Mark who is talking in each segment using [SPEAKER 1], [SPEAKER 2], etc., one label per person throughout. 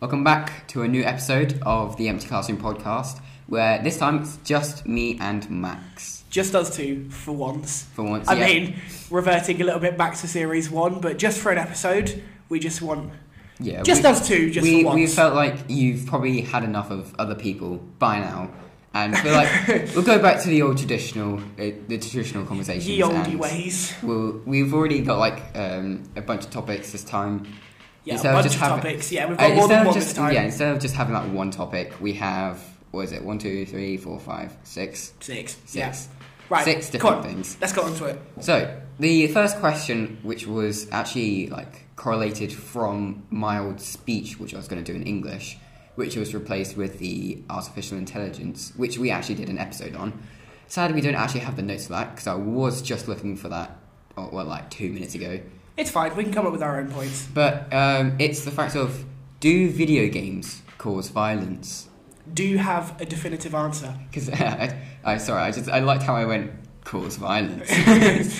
[SPEAKER 1] Welcome back to a new episode of the Empty Classroom podcast, where this time it's just me and Max
[SPEAKER 2] Just us two, for once.
[SPEAKER 1] for once.
[SPEAKER 2] I
[SPEAKER 1] yeah.
[SPEAKER 2] mean, reverting a little bit back to series one, but just for an episode, we just want
[SPEAKER 1] yeah,
[SPEAKER 2] just
[SPEAKER 1] Uh, we,
[SPEAKER 2] us two, just
[SPEAKER 1] we,
[SPEAKER 2] for
[SPEAKER 1] we
[SPEAKER 2] once.
[SPEAKER 1] felt like you've probably had enough of other people by now, and we're like, we'll go back to the old traditional, uh, the traditional conversations.
[SPEAKER 2] Ye olde
[SPEAKER 1] and
[SPEAKER 2] ways.
[SPEAKER 1] We'll, we've already got like um, a bunch of topics this time.
[SPEAKER 2] Yeah,
[SPEAKER 1] instead of
[SPEAKER 2] a bunch
[SPEAKER 1] just
[SPEAKER 2] of
[SPEAKER 1] having-
[SPEAKER 2] topics. Yeah, we've
[SPEAKER 1] Uh,
[SPEAKER 2] got more
[SPEAKER 1] instead
[SPEAKER 2] than
[SPEAKER 1] of
[SPEAKER 2] one
[SPEAKER 1] just,
[SPEAKER 2] this time.
[SPEAKER 1] Yeah, instead of just having like one topic, we have what is it? One, two, three, four, five, six,
[SPEAKER 2] Six.
[SPEAKER 1] six,
[SPEAKER 2] Yeah. Right.
[SPEAKER 1] six
[SPEAKER 2] go
[SPEAKER 1] different
[SPEAKER 2] on.
[SPEAKER 1] things.
[SPEAKER 2] Let's get on to it.
[SPEAKER 1] So the first question, which was actually like correlated from my old speech, which I was going to do in English, which was replaced with the artificial intelligence, which we actually did an episode on. Sadly, we don't actually have the notes for that because I was just looking for that, oh, well, like two minutes ago.
[SPEAKER 2] It's fine. We can come up with our own points.
[SPEAKER 1] But um, it's the fact of do video games cause violence?
[SPEAKER 2] Do you have a definitive answer?
[SPEAKER 1] Because I, I, sorry, I just I liked how I went cause violence.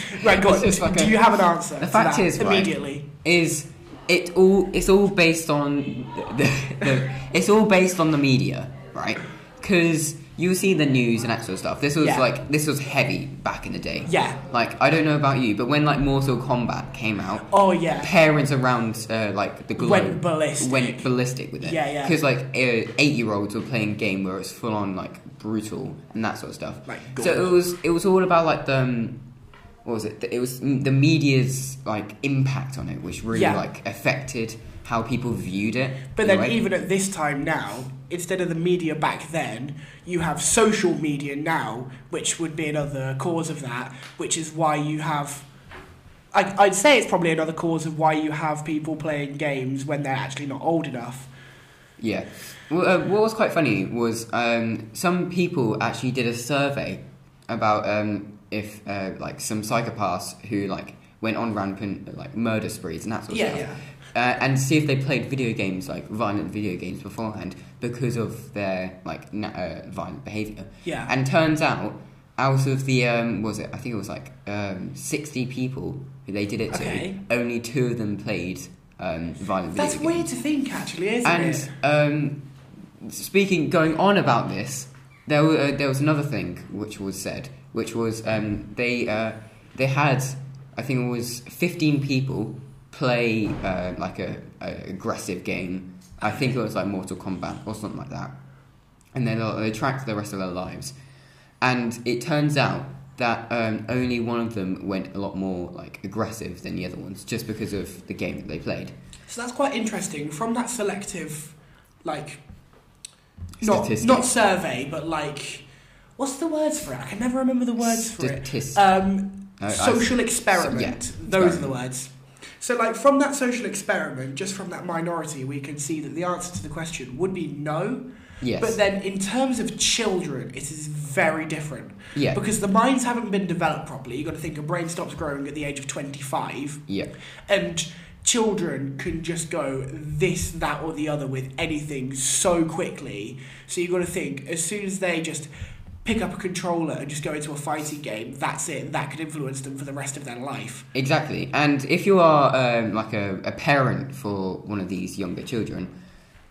[SPEAKER 2] Right, go on.
[SPEAKER 1] It's just like
[SPEAKER 2] Do
[SPEAKER 1] a-
[SPEAKER 2] you have an answer?
[SPEAKER 1] The
[SPEAKER 2] to
[SPEAKER 1] fact
[SPEAKER 2] that
[SPEAKER 1] is, right,
[SPEAKER 2] immediately.
[SPEAKER 1] is it all it's all based on the, the, the it's all based on the media right because you see the news and that sort of stuff this was
[SPEAKER 2] Yeah.
[SPEAKER 1] like this was heavy back in the day
[SPEAKER 2] Yeah.
[SPEAKER 1] like i don't know about you but when like mortal kombat came out
[SPEAKER 2] Oh yeah.
[SPEAKER 1] parents around uh, like the globe
[SPEAKER 2] Went ballistic.
[SPEAKER 1] went ballistic with it
[SPEAKER 2] Yeah, yeah.
[SPEAKER 1] because like eight year olds were playing a game where it's full on like brutal and that sort of stuff
[SPEAKER 2] Like
[SPEAKER 1] so
[SPEAKER 2] gore.
[SPEAKER 1] it was it was all about like the um, what was it The- it was mm, the media's like impact on it which really
[SPEAKER 2] Yeah.
[SPEAKER 1] like affected how people viewed it
[SPEAKER 2] But
[SPEAKER 1] in a
[SPEAKER 2] then,
[SPEAKER 1] way.
[SPEAKER 2] even at this time now, instead of the media back then, you have social media now, which would be another cause of that, which is why you have. I, I'd say it's probably another cause of why you have people playing games when they're actually not old enough.
[SPEAKER 1] Yeah. Well, uh, what was quite funny was um, some people actually did a survey about um, if uh, like some psychopaths who like went on rampant like murder sprees and that sort of
[SPEAKER 2] Yeah,
[SPEAKER 1] stuff. Uh, and see if they played video games like violent video games beforehand because of their like na- uh, violent behavior.
[SPEAKER 2] Yeah.
[SPEAKER 1] And turns out, out of the um, what was it? I think it was like um, sixty people who they did it
[SPEAKER 2] Okay.
[SPEAKER 1] to. Only two of them played um, violent.
[SPEAKER 2] That's
[SPEAKER 1] video games.
[SPEAKER 2] weird to think, actually, isn't
[SPEAKER 1] And
[SPEAKER 2] it?
[SPEAKER 1] um, speaking, going on about this, there, were, uh, there was another thing which was said, which was um, they uh, they had, I think it was fifteen people play uh, like a, a aggressive game. I think it was like Mortal Kombat or something like that, and they they tracked the rest of their lives, and it turns out that um, only one of them went a lot more like aggressive than the other ones, just because of the game that they played.
[SPEAKER 2] So that's quite interesting. From that selective, like, not,
[SPEAKER 1] Statistic.
[SPEAKER 2] not survey, but like, what's the words for it? I can never remember the words for it.
[SPEAKER 1] Statis-
[SPEAKER 2] Um,
[SPEAKER 1] No, I-
[SPEAKER 2] social experiment.
[SPEAKER 1] yeah,
[SPEAKER 2] Those are the
[SPEAKER 1] experiment.
[SPEAKER 2] words. So, like, from that social experiment, just from that minority, we can see that the answer to the question would be no.
[SPEAKER 1] yes.
[SPEAKER 2] But then, in terms of children, it is very different.
[SPEAKER 1] Yeah.
[SPEAKER 2] Because the minds haven't been developed properly. You've got to think a brain stops growing at the age of 25.
[SPEAKER 1] yeah.
[SPEAKER 2] And children can just go this, that, or the other with anything so quickly. So you've got to think as soon as they just pick up a controller and just go into a fighting game, that's it. That could influence them for the rest of their life.
[SPEAKER 1] Exactly. And if you are um, like a, a parent for one of these younger children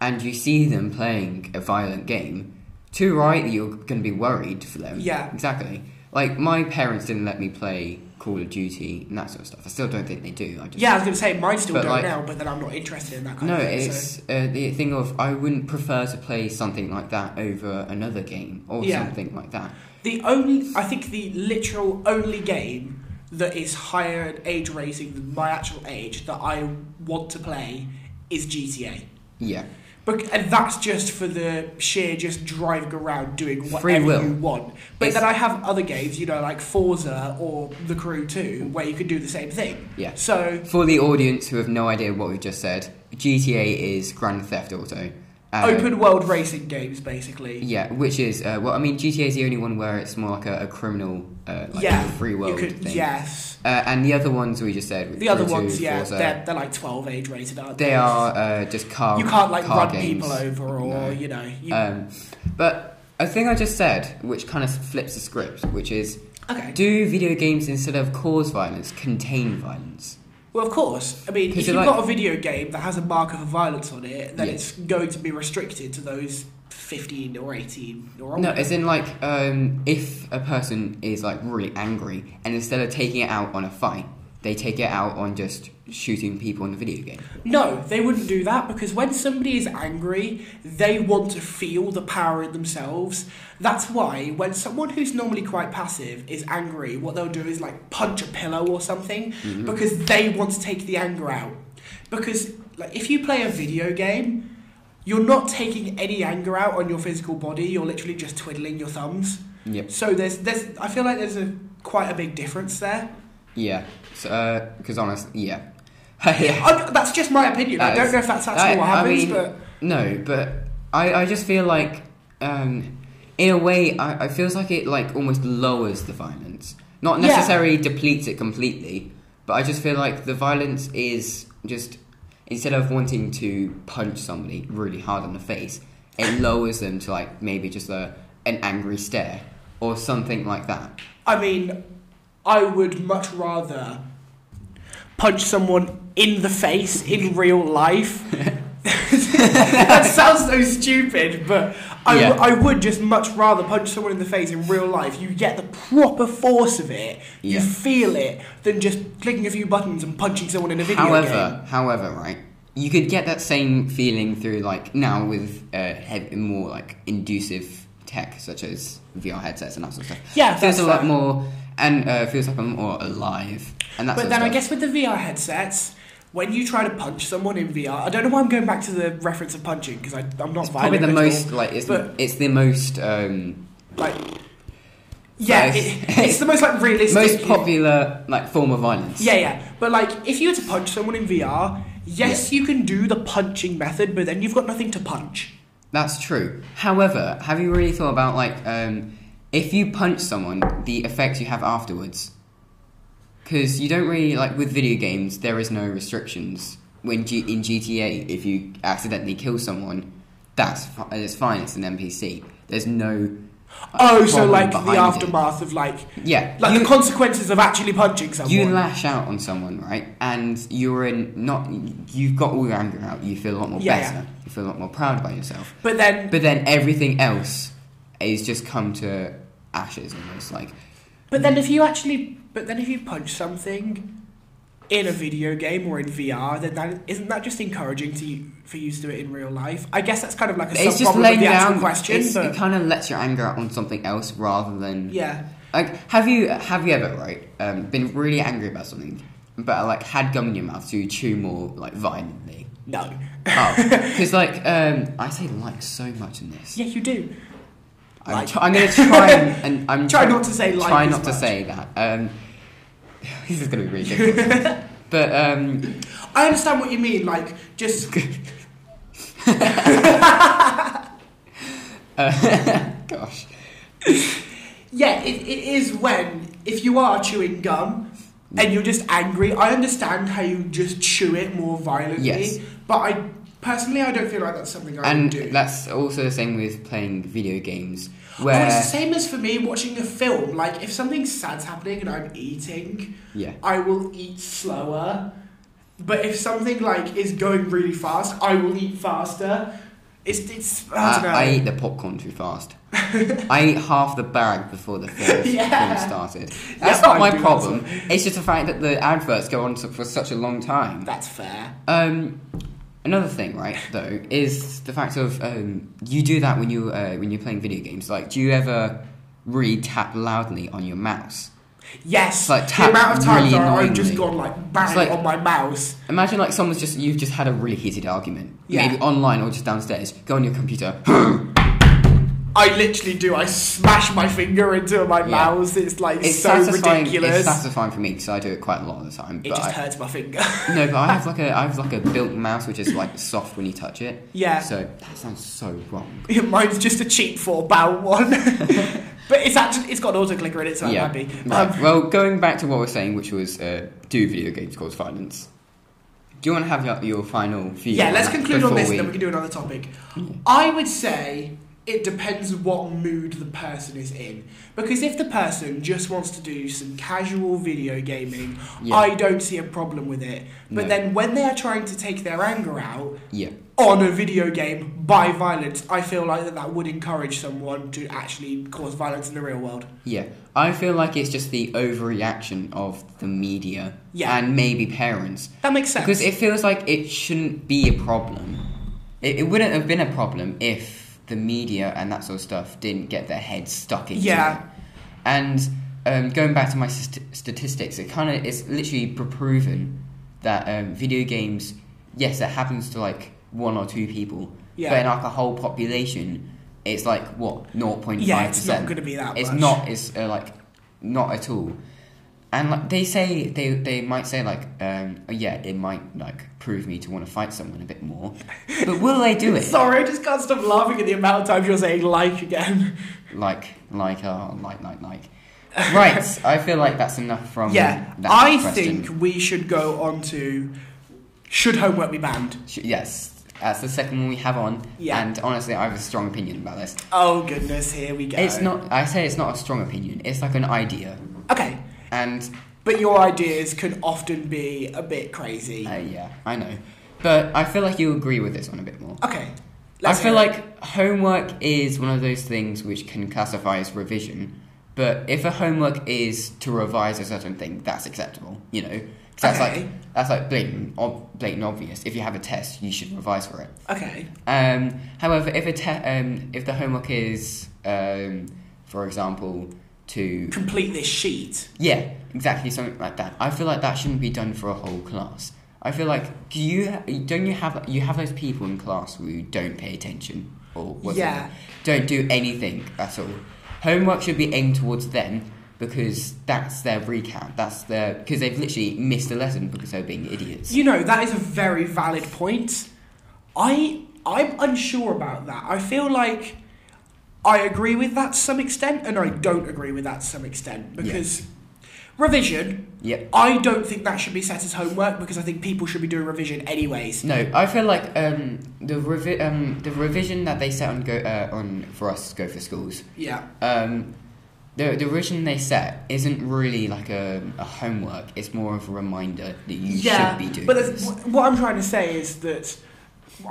[SPEAKER 1] and you see them playing a violent game, too right you're going to be worried for them.
[SPEAKER 2] Yeah.
[SPEAKER 1] Exactly. Like, my parents didn't let me play Call of Duty and that sort of stuff. I still don't think they do. I just,
[SPEAKER 2] Yeah, I was going to say mine still
[SPEAKER 1] But,
[SPEAKER 2] don't
[SPEAKER 1] like-
[SPEAKER 2] now, but then I'm not interested in that kind
[SPEAKER 1] No,
[SPEAKER 2] of thing. so-
[SPEAKER 1] it's uh, the thing of I wouldn't prefer to play something like that over another game or
[SPEAKER 2] Yeah.
[SPEAKER 1] something like that.
[SPEAKER 2] The only, I think, the literal only game that is higher in age rating than my actual age that I want to play is GTA.
[SPEAKER 1] Yeah.
[SPEAKER 2] Bec- and uh, that's just for the sheer just driving around doing whatever
[SPEAKER 1] Free will.
[SPEAKER 2] you want. But
[SPEAKER 1] It's-
[SPEAKER 2] then I have other games, you know, like Forza or The Crew 2, where you can do the same thing.
[SPEAKER 1] Yeah.
[SPEAKER 2] So,
[SPEAKER 1] For the audience who have no idea what we just said, GTA is Grand Theft Auto. Um,
[SPEAKER 2] open world racing games, basically.
[SPEAKER 1] Yeah, which is uh, well, I mean, GTA is the only one where it's more like a, a criminal, uh, like
[SPEAKER 2] yeah.
[SPEAKER 1] free world
[SPEAKER 2] you could,
[SPEAKER 1] thing.
[SPEAKER 2] Yes.
[SPEAKER 1] Uh, and the other ones we just said,
[SPEAKER 2] The other
[SPEAKER 1] Crew 2,
[SPEAKER 2] ones, yeah,
[SPEAKER 1] Forza,
[SPEAKER 2] they're, they're like 12 age rated, aren't they?
[SPEAKER 1] they are uh, just car.
[SPEAKER 2] You can't, like,
[SPEAKER 1] car
[SPEAKER 2] run
[SPEAKER 1] games.
[SPEAKER 2] people over or,
[SPEAKER 1] No.
[SPEAKER 2] you know. You,
[SPEAKER 1] Um, but a thing I just said, which kind of flips the script, which is,
[SPEAKER 2] okay.
[SPEAKER 1] do video games instead of cause violence contain violence?
[SPEAKER 2] Well, of course. I mean, if
[SPEAKER 1] 'Cause
[SPEAKER 2] you've
[SPEAKER 1] they're like-
[SPEAKER 2] got a video game that has a marker for violence on it, then
[SPEAKER 1] Yeah.
[SPEAKER 2] it's going to be restricted to those 15 or 18 or older.
[SPEAKER 1] No, as in like um, if a person is like really angry, and instead of taking it out on a fight, they take it out on just shooting people in the video game.
[SPEAKER 2] No, they wouldn't do that because when somebody is angry, they want to feel the power in themselves. That's why when someone who's normally quite passive is angry, what they'll do is like punch a pillow or something
[SPEAKER 1] Mm-hmm.
[SPEAKER 2] because they want to take the anger out. Because like if you play a video game, you're not taking any anger out on your physical body, you're literally just twiddling your thumbs.
[SPEAKER 1] Yep.
[SPEAKER 2] So there's there's I feel like there's a quite a big difference there.
[SPEAKER 1] Yeah. So, because honestly, yeah. yeah.
[SPEAKER 2] I, that's just my opinion. I
[SPEAKER 1] That
[SPEAKER 2] don't
[SPEAKER 1] is-
[SPEAKER 2] know if that's actually
[SPEAKER 1] I-
[SPEAKER 2] what
[SPEAKER 1] I
[SPEAKER 2] happens,
[SPEAKER 1] mean,
[SPEAKER 2] but
[SPEAKER 1] No, but I, I just feel like, um, in a way, I, I feels like it like almost lowers the violence. Not
[SPEAKER 2] Yeah.
[SPEAKER 1] necessarily depletes it completely, but I just feel like the violence is just instead of wanting to punch somebody really hard in the face, it lowers them to like maybe just a an angry stare or something like that.
[SPEAKER 2] I mean, I would much rather punch someone in the face in real life. that sounds so stupid, but I, w-
[SPEAKER 1] Yeah.
[SPEAKER 2] I would just much rather punch someone in the face in real life. You get the proper force of it, you
[SPEAKER 1] Yeah.
[SPEAKER 2] feel it, than just clicking a few buttons and punching someone in a video
[SPEAKER 1] However,
[SPEAKER 2] game.
[SPEAKER 1] however, right, you could get that same feeling through like now with uh, hev- more like inducive tech such as VR headsets and that sort of stuff.
[SPEAKER 2] Yeah,
[SPEAKER 1] feels
[SPEAKER 2] that's
[SPEAKER 1] a lot
[SPEAKER 2] fair.
[SPEAKER 1] more and uh, feels like I'm more alive. And that's
[SPEAKER 2] But then I guess with the VR headsets, when you try to punch someone in VR, I don't know why I'm going back to the reference of punching because I'm not
[SPEAKER 1] it's probably
[SPEAKER 2] violent
[SPEAKER 1] the
[SPEAKER 2] at all.
[SPEAKER 1] most like it's,
[SPEAKER 2] but-
[SPEAKER 1] it's the most um,
[SPEAKER 2] like yeah
[SPEAKER 1] Nice.
[SPEAKER 2] it, it's the most like realistic
[SPEAKER 1] most popular like form of violence.
[SPEAKER 2] yeah yeah but like if you were to punch someone in vr yes you can do the punching method but then you've got nothing to punch
[SPEAKER 1] That's true. However, have you really thought about like um, if you punch someone, the effects you have afterwards? Because you don't really like with video games, there is no restrictions. When G- in GTA, if you accidentally kill someone, that's fi- it's fine. It's an NPC. There's no. uh,
[SPEAKER 2] oh so
[SPEAKER 1] problem
[SPEAKER 2] like the
[SPEAKER 1] behind it.
[SPEAKER 2] aftermath of like
[SPEAKER 1] Yeah,
[SPEAKER 2] like the
[SPEAKER 1] you,
[SPEAKER 2] consequences of actually punching someone
[SPEAKER 1] you lash out on someone, right? And you're in not. You've got all your anger out. You feel a lot more
[SPEAKER 2] Yeah,
[SPEAKER 1] better. You feel a lot more proud about yourself.
[SPEAKER 2] but then
[SPEAKER 1] But then everything else is just come to ashes almost. Like,
[SPEAKER 2] but then if you actually but then if you punch something in a video game or in VR, then that isn't that just encouraging to you, for you to do it in real life? I guess that's kind of like a
[SPEAKER 1] it's just
[SPEAKER 2] sub-problem of
[SPEAKER 1] laying
[SPEAKER 2] the actual
[SPEAKER 1] down.
[SPEAKER 2] question,
[SPEAKER 1] it's-
[SPEAKER 2] but
[SPEAKER 1] It kind of lets your anger out on something else rather than
[SPEAKER 2] yeah.
[SPEAKER 1] like. Have you have you ever right um, been really angry about something, but like had gum in your mouth so you chew more like violently?
[SPEAKER 2] No.
[SPEAKER 1] Oh, because like um, I say like so much in this.
[SPEAKER 2] Yeah, you do.
[SPEAKER 1] I'm,
[SPEAKER 2] Like.
[SPEAKER 1] tr- I'm gonna try and, and I'm
[SPEAKER 2] Try
[SPEAKER 1] try-
[SPEAKER 2] not to say like
[SPEAKER 1] try
[SPEAKER 2] as
[SPEAKER 1] not to
[SPEAKER 2] much.
[SPEAKER 1] say that. Um, this is gonna be ridiculous. but um,
[SPEAKER 2] I understand what you mean. Like, just
[SPEAKER 1] uh, gosh.
[SPEAKER 2] yeah, it, it is when if you are chewing gum and you're just angry. I understand how you just chew it more violently,
[SPEAKER 1] Yes.
[SPEAKER 2] but I personally I don't feel like that's something I
[SPEAKER 1] And
[SPEAKER 2] would do.
[SPEAKER 1] that's also the same with playing video games,
[SPEAKER 2] Oh, it's
[SPEAKER 1] where
[SPEAKER 2] the same as for me watching a film. Like, if something sad's happening and I'm eating,
[SPEAKER 1] yeah,
[SPEAKER 2] I will eat slower. But if something like is going really fast, I will eat faster. It's it's I don't know.
[SPEAKER 1] Uh, I, I eat the popcorn too fast. I eat half the bag before the film,
[SPEAKER 2] Yeah.
[SPEAKER 1] film started. That's
[SPEAKER 2] Yeah,
[SPEAKER 1] not
[SPEAKER 2] I
[SPEAKER 1] my
[SPEAKER 2] do that
[SPEAKER 1] problem. It's just the fact that the adverts go on for such a long time.
[SPEAKER 2] that's fair.
[SPEAKER 1] Um, another thing, right? Though, is the fact of um, you do that when you uh, when you're playing video games. Like, do you ever really tap loudly on your mouse?
[SPEAKER 2] Yes,
[SPEAKER 1] It's like
[SPEAKER 2] the
[SPEAKER 1] tap
[SPEAKER 2] amount of
[SPEAKER 1] really
[SPEAKER 2] times that I've just
[SPEAKER 1] annoyingly.
[SPEAKER 2] gone like bang
[SPEAKER 1] It's like-
[SPEAKER 2] on my mouse.
[SPEAKER 1] Imagine like someone's just you've just had a really heated argument,
[SPEAKER 2] Yeah.
[SPEAKER 1] maybe online or just downstairs. Go on your computer.
[SPEAKER 2] I literally do. I smash my finger into my
[SPEAKER 1] Yeah.
[SPEAKER 2] mouse. It's like
[SPEAKER 1] It's
[SPEAKER 2] so
[SPEAKER 1] satisfying. It's
[SPEAKER 2] ridiculous.
[SPEAKER 1] satisfying for me because I do it quite a lot of the time.
[SPEAKER 2] it
[SPEAKER 1] but
[SPEAKER 2] just
[SPEAKER 1] I,
[SPEAKER 2] hurts my finger.
[SPEAKER 1] no, but I have like a I have like a built mouse which is like soft when you touch it.
[SPEAKER 2] yeah,
[SPEAKER 1] So that sounds so wrong.
[SPEAKER 2] mine's just a cheap four pound one, but it's actually it's got auto clicker in it, so I'm
[SPEAKER 1] yeah.
[SPEAKER 2] happy.
[SPEAKER 1] Right.
[SPEAKER 2] Um,
[SPEAKER 1] well, going back to what we're saying, which was uh, do video games cause violence? Do you want to have your, your final view?
[SPEAKER 2] yeah,
[SPEAKER 1] on
[SPEAKER 2] let's
[SPEAKER 1] that
[SPEAKER 2] conclude on
[SPEAKER 1] before
[SPEAKER 2] this,
[SPEAKER 1] we-
[SPEAKER 2] and then we can do another topic. I would say it depends what mood the person is in. Because if the person just wants to do some casual video gaming,
[SPEAKER 1] Yeah.
[SPEAKER 2] I don't see a problem with it. But
[SPEAKER 1] No.
[SPEAKER 2] then when they are trying to take their anger out
[SPEAKER 1] Yeah.
[SPEAKER 2] on a video game by violence, I feel like that, that would encourage someone to actually cause violence in the real world.
[SPEAKER 1] Yeah. I feel like it's just the overreaction of the media
[SPEAKER 2] Yeah.
[SPEAKER 1] and maybe parents.
[SPEAKER 2] That makes sense.
[SPEAKER 1] Because it feels like it shouldn't be a problem. It, it wouldn't have been a problem if the media and that sort of stuff didn't get their heads stuck into
[SPEAKER 2] Yeah.
[SPEAKER 1] it. And um, going back to my st- statistics, it kind of it's literally proven that um, video games, yes, it happens to like one or two people,
[SPEAKER 2] Yeah.
[SPEAKER 1] but in like a whole population, it's like what 0.5%.
[SPEAKER 2] yeah, it's not going to be that
[SPEAKER 1] It's
[SPEAKER 2] much.
[SPEAKER 1] not. It's uh, like not at all. And like they say, they they might say like, um, oh, yeah, it might like prove me to want to fight someone a bit more. But will they do it?
[SPEAKER 2] Sorry, I just can't stop laughing at the amount of times you're saying like again.
[SPEAKER 1] like like uh, like like like. Right. I feel like that's enough from
[SPEAKER 2] yeah,
[SPEAKER 1] That
[SPEAKER 2] I
[SPEAKER 1] question.
[SPEAKER 2] think we should go on to should homework be banned?
[SPEAKER 1] Sh- yes, that's the second one we have on.
[SPEAKER 2] Yeah.
[SPEAKER 1] And honestly, I have a strong opinion about this.
[SPEAKER 2] Oh goodness, here we go.
[SPEAKER 1] It's not. I say it's not a strong opinion. It's like an idea.
[SPEAKER 2] okay,
[SPEAKER 1] And
[SPEAKER 2] but your ideas can often be a bit crazy.
[SPEAKER 1] uh, yeah, I know. But I feel like you agree with this one a bit more.
[SPEAKER 2] Okay,
[SPEAKER 1] I
[SPEAKER 2] hear
[SPEAKER 1] feel
[SPEAKER 2] it.
[SPEAKER 1] like homework is one of those things which can classify as revision, but if a homework is to revise a certain thing, that's acceptable, you know? 'Cause that's
[SPEAKER 2] Okay.
[SPEAKER 1] like that's like blatant, ob- blatant obvious. If you have a test, you should revise for it.
[SPEAKER 2] okay,
[SPEAKER 1] Um, however, if a te- um, if the homework is, um, for example, to
[SPEAKER 2] complete this sheet.
[SPEAKER 1] yeah, exactly something like that. I feel like that shouldn't be done for a whole class. I feel like do you don't you have you have those people in class who don't pay attention or whatever,
[SPEAKER 2] Yeah.
[SPEAKER 1] don't do anything at all. Homework should be aimed towards them because that's their recap. That's their because they've literally missed a lesson because they're being idiots.
[SPEAKER 2] You know that is a very valid point. I I'm unsure about that. I feel like I agree with that to some extent, and I don't agree with that to some extent because revision
[SPEAKER 1] Yep.
[SPEAKER 2] I don't think that should be set as homework because I think people should be doing revision anyways.
[SPEAKER 1] No, I feel like um, the revi- um, the revision that they set on go uh, on for us to go for schools
[SPEAKER 2] Yeah.
[SPEAKER 1] um, the the revision they set isn't really like a, a homework. It's more of a reminder that you should
[SPEAKER 2] yeah.
[SPEAKER 1] be doing.
[SPEAKER 2] but
[SPEAKER 1] this.
[SPEAKER 2] that's, wh- what I'm trying to say is that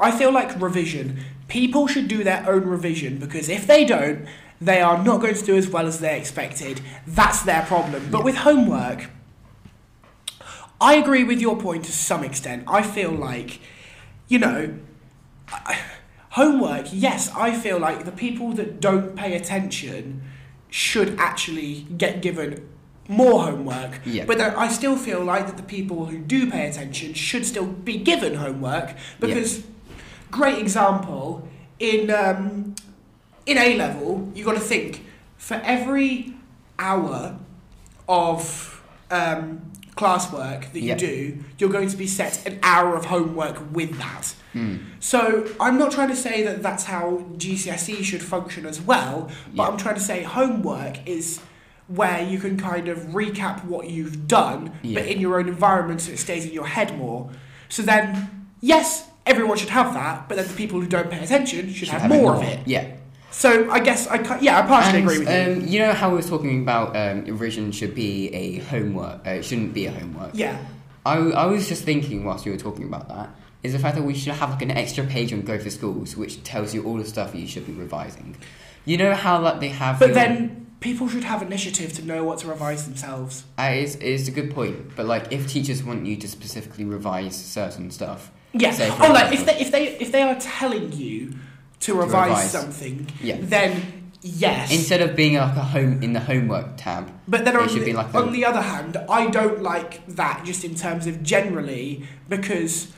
[SPEAKER 2] I feel like revision, people should do their own revision because if they don't, they are not going to do as well as they expected. That's their problem. But
[SPEAKER 1] Yeah.
[SPEAKER 2] with homework, I agree with your point to some extent. I feel like, you know, homework, yes, I feel like the people that don't pay attention should actually get given more homework.
[SPEAKER 1] Yeah.
[SPEAKER 2] But then I still feel like that the people who do pay attention should still be given homework because, great example, in, um, in A level, you got to think for every hour of um, classwork that you
[SPEAKER 1] Yeah.
[SPEAKER 2] do, you're going to be set an hour of homework with that.
[SPEAKER 1] Mm.
[SPEAKER 2] So I'm not trying to say that that's how GCSE E should function as well, but
[SPEAKER 1] Yeah.
[SPEAKER 2] I'm trying to say homework is where you can kind of recap what you've done,
[SPEAKER 1] Yeah.
[SPEAKER 2] but in your own environment, so it stays in your head more. So then, yes, everyone should have that, but then the people who don't pay attention should,
[SPEAKER 1] Should
[SPEAKER 2] have,
[SPEAKER 1] have
[SPEAKER 2] more of it.
[SPEAKER 1] Yeah,
[SPEAKER 2] So I guess I ca- yeah I partially
[SPEAKER 1] And,
[SPEAKER 2] agree with you.
[SPEAKER 1] um, you know how we were talking about um, revision should be a homework. Uh, it shouldn't be a homework.
[SPEAKER 2] Yeah,
[SPEAKER 1] I, I was just thinking whilst you were talking about that is the fact that we should have like an extra page on Go for Schools which tells you all the stuff you should be revising. You know how like they have.
[SPEAKER 2] but
[SPEAKER 1] your-
[SPEAKER 2] then people should have initiative to know what to revise themselves.
[SPEAKER 1] uh, it's, it's a good point. But like if teachers want you to specifically revise certain stuff.
[SPEAKER 2] Yeah.
[SPEAKER 1] say, for
[SPEAKER 2] oh, like if
[SPEAKER 1] example-
[SPEAKER 2] they if they if they are telling you to revise,
[SPEAKER 1] revise.
[SPEAKER 2] something,
[SPEAKER 1] Yeah.
[SPEAKER 2] then yes.
[SPEAKER 1] Instead of being like a home in the homework tab,
[SPEAKER 2] but then
[SPEAKER 1] they
[SPEAKER 2] on,
[SPEAKER 1] should be
[SPEAKER 2] the,
[SPEAKER 1] like
[SPEAKER 2] on
[SPEAKER 1] the-
[SPEAKER 2] the other hand, I don't like that just in terms of generally because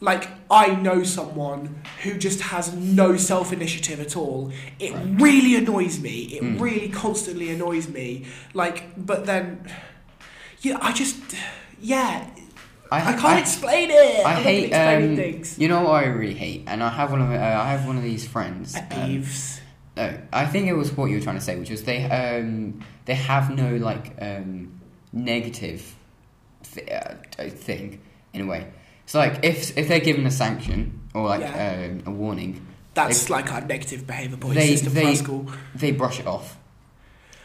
[SPEAKER 2] like I know someone who just has no self initiative at all. It
[SPEAKER 1] Right.
[SPEAKER 2] really annoys me. It
[SPEAKER 1] Mm.
[SPEAKER 2] really constantly annoys me. Like, but then, yeah, I just yeah, I, can't explain it.
[SPEAKER 1] I
[SPEAKER 2] I'm not
[SPEAKER 1] hate.
[SPEAKER 2] explaining
[SPEAKER 1] um,
[SPEAKER 2] things.
[SPEAKER 1] You know what I really hate, and I have one of uh, I have one of these friends.
[SPEAKER 2] Pet
[SPEAKER 1] um,
[SPEAKER 2] peeves.
[SPEAKER 1] No, I think it was what you were trying to say, which was they um they have no like um negative th- uh, thing in a way. So like if if they're given a sanction or like
[SPEAKER 2] Yeah.
[SPEAKER 1] um, a warning,
[SPEAKER 2] That's like our negative behaviour point
[SPEAKER 1] they-
[SPEAKER 2] system for
[SPEAKER 1] they-
[SPEAKER 2] our school.
[SPEAKER 1] They brush it off.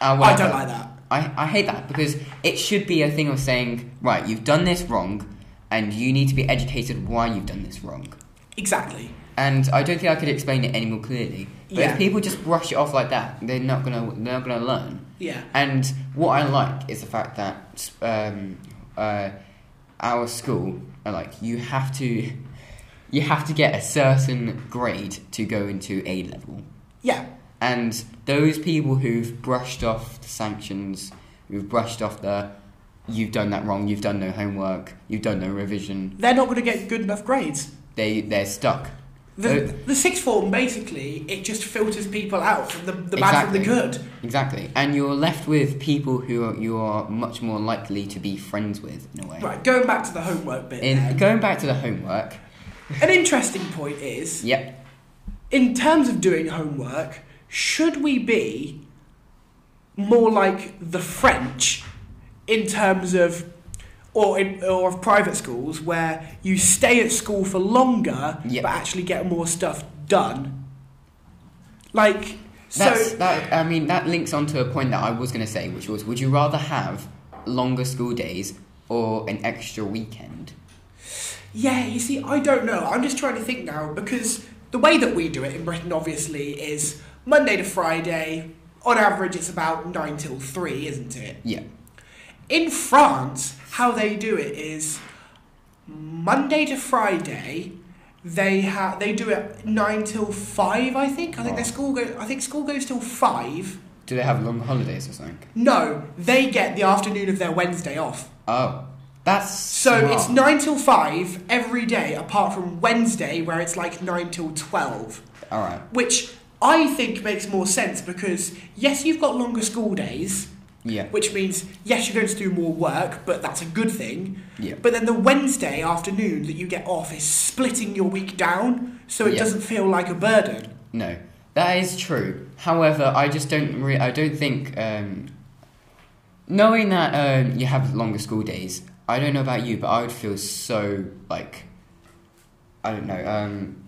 [SPEAKER 1] Uh,
[SPEAKER 2] I
[SPEAKER 1] whatever.
[SPEAKER 2] don't like that.
[SPEAKER 1] I, I hate that because it should be a thing of saying, right, you've done this wrong, and you need to be educated why you've done this wrong.
[SPEAKER 2] Exactly.
[SPEAKER 1] And I don't think I could explain it any more clearly. But
[SPEAKER 2] Yeah.
[SPEAKER 1] if people just brush it off like that, they're not gonna they're not gonna learn.
[SPEAKER 2] Yeah.
[SPEAKER 1] And what I like is the fact that um, uh, our school, are like you have to, you have to get a certain grade to go into A level,
[SPEAKER 2] Yeah.
[SPEAKER 1] and those people who've brushed off the sanctions, who've brushed off the, you've done that wrong, you've done no homework, you've done no revision,
[SPEAKER 2] They're not going to get good enough grades.
[SPEAKER 1] they they're stuck.
[SPEAKER 2] The, the sixth form, basically, it just filters people out from the, the bad from the
[SPEAKER 1] Exactly.
[SPEAKER 2] good.
[SPEAKER 1] Exactly, and you're left with people who are, you are much more likely to be friends with in a way.
[SPEAKER 2] Right, going back to the homework bit.
[SPEAKER 1] In,
[SPEAKER 2] then.
[SPEAKER 1] going back to the homework,
[SPEAKER 2] An interesting point is
[SPEAKER 1] yep,
[SPEAKER 2] in terms of doing homework, should we be more like the French in terms of, or in, or of private schools where you stay at school for longer
[SPEAKER 1] Yeah.
[SPEAKER 2] but actually get more stuff done? Like,
[SPEAKER 1] that's,
[SPEAKER 2] so
[SPEAKER 1] that, I mean, that links onto a point that I was going to say, which was would you rather have longer school days or an extra weekend?
[SPEAKER 2] yeah, you see, I don't know. I'm just trying to think now because the way that we do it in Britain, obviously, is Monday to Friday. On average, it's about nine till three, isn't it?
[SPEAKER 1] Yeah,
[SPEAKER 2] In France, how they do it is Monday to Friday. They ha- they do it nine till five. I think. I think their
[SPEAKER 1] Wow.
[SPEAKER 2] school go- I think school goes till five.
[SPEAKER 1] do they have long holidays or something?
[SPEAKER 2] No, they get the afternoon of their Wednesday off.
[SPEAKER 1] Oh, that's
[SPEAKER 2] So
[SPEAKER 1] smart.
[SPEAKER 2] it's nine till five every day, apart from Wednesday, where it's like nine till twelve,
[SPEAKER 1] All right,
[SPEAKER 2] which I think makes more sense because yes, you've got longer school days,
[SPEAKER 1] yeah,
[SPEAKER 2] which means yes, you're going to do more work, but that's a good thing.
[SPEAKER 1] yeah,
[SPEAKER 2] But then the Wednesday afternoon that you get off is splitting your week down so it
[SPEAKER 1] Yeah.
[SPEAKER 2] doesn't feel like a burden.
[SPEAKER 1] no, that is true. However, I just don't. Re- I don't think um, knowing that um, you have longer school days. I don't know about you, but I would feel so like I don't know, um,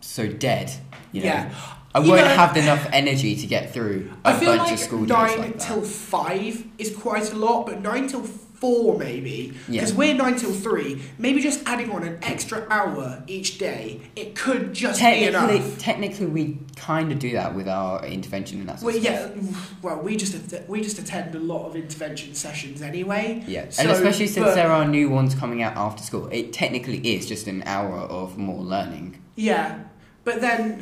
[SPEAKER 1] so dead. You know?
[SPEAKER 2] Yeah.
[SPEAKER 1] I
[SPEAKER 2] You
[SPEAKER 1] won't
[SPEAKER 2] know-
[SPEAKER 1] have enough energy to get through a
[SPEAKER 2] I feel
[SPEAKER 1] bunch
[SPEAKER 2] like
[SPEAKER 1] of school days
[SPEAKER 2] nine
[SPEAKER 1] like that.
[SPEAKER 2] till five is quite a lot, but nine till four maybe. Because
[SPEAKER 1] Yeah.
[SPEAKER 2] we're nine till three, maybe just adding on an extra hour each day, it could just be
[SPEAKER 1] Technically,
[SPEAKER 2] enough.
[SPEAKER 1] technically, we kind of do that with our intervention and that sort
[SPEAKER 2] Well,
[SPEAKER 1] of stuff.
[SPEAKER 2] yeah, well, we just att- we just attend a lot of intervention sessions anyway.
[SPEAKER 1] Yeah,
[SPEAKER 2] So,
[SPEAKER 1] and especially since
[SPEAKER 2] but-
[SPEAKER 1] there are new ones coming out after school, it technically is just an hour of more learning.
[SPEAKER 2] Yeah, but then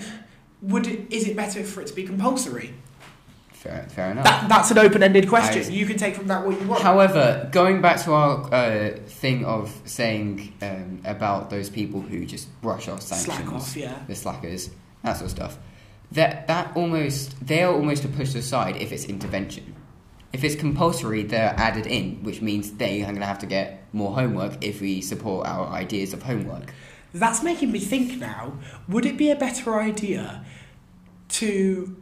[SPEAKER 2] would it, is it better for it to be compulsory?
[SPEAKER 1] Fair, fair enough.
[SPEAKER 2] That, that's an open-ended question.
[SPEAKER 1] I-
[SPEAKER 2] you can take from that what you want.
[SPEAKER 1] However, going back to our uh, thing of saying um, about those people who just brush off sanctions,
[SPEAKER 2] Slack off, yeah.
[SPEAKER 1] the slackers, that sort of stuff, that that almost they are almost pushed aside if it's intervention. If it's compulsory, they're added in, which means they are going to have to get more homework if we support our ideas of homework.
[SPEAKER 2] That's making me think now. Would it be a better idea to,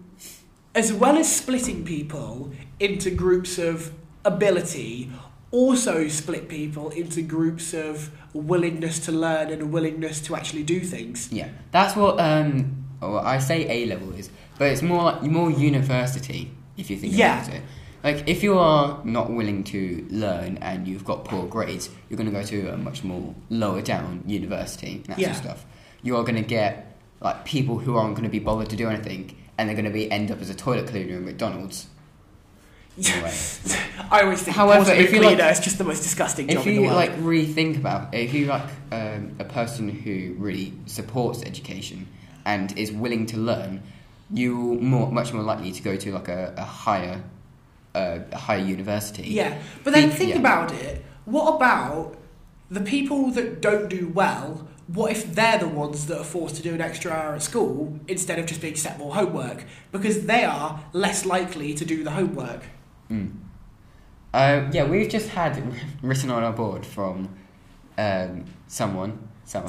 [SPEAKER 2] as well as splitting people into groups of ability, also split people into groups of willingness to learn and a willingness to actually do things?
[SPEAKER 1] Yeah, that's what um, well, I say A level is, but it's more like more university if you think
[SPEAKER 2] Yeah.
[SPEAKER 1] about it. Like if you are not willing to learn and you've got poor grades, you're going to go to a much more lower down university and that
[SPEAKER 2] Yeah.
[SPEAKER 1] sort of stuff. You are going to get like people who aren't going to be bothered to do anything, and they're going to be end up as a toilet cleaner in McDonald's. in a way.
[SPEAKER 2] I always think
[SPEAKER 1] However,
[SPEAKER 2] portable
[SPEAKER 1] if you
[SPEAKER 2] cleaner
[SPEAKER 1] like-
[SPEAKER 2] is just the most disgusting job
[SPEAKER 1] if
[SPEAKER 2] in the
[SPEAKER 1] you
[SPEAKER 2] world.
[SPEAKER 1] like rethink about if you like um, a person who really supports education and is willing to learn you're more much more likely to go to like a, a higher uh, a higher university
[SPEAKER 2] Yeah, but then
[SPEAKER 1] Think-
[SPEAKER 2] think
[SPEAKER 1] yeah.
[SPEAKER 2] about it. What about the people that don't do well? What if they're the ones that are forced to do an extra hour at school instead of just being set more homework? Because they are less likely to do the homework.
[SPEAKER 1] Mm. uh, yeah we've just had written on our board from um, someone someone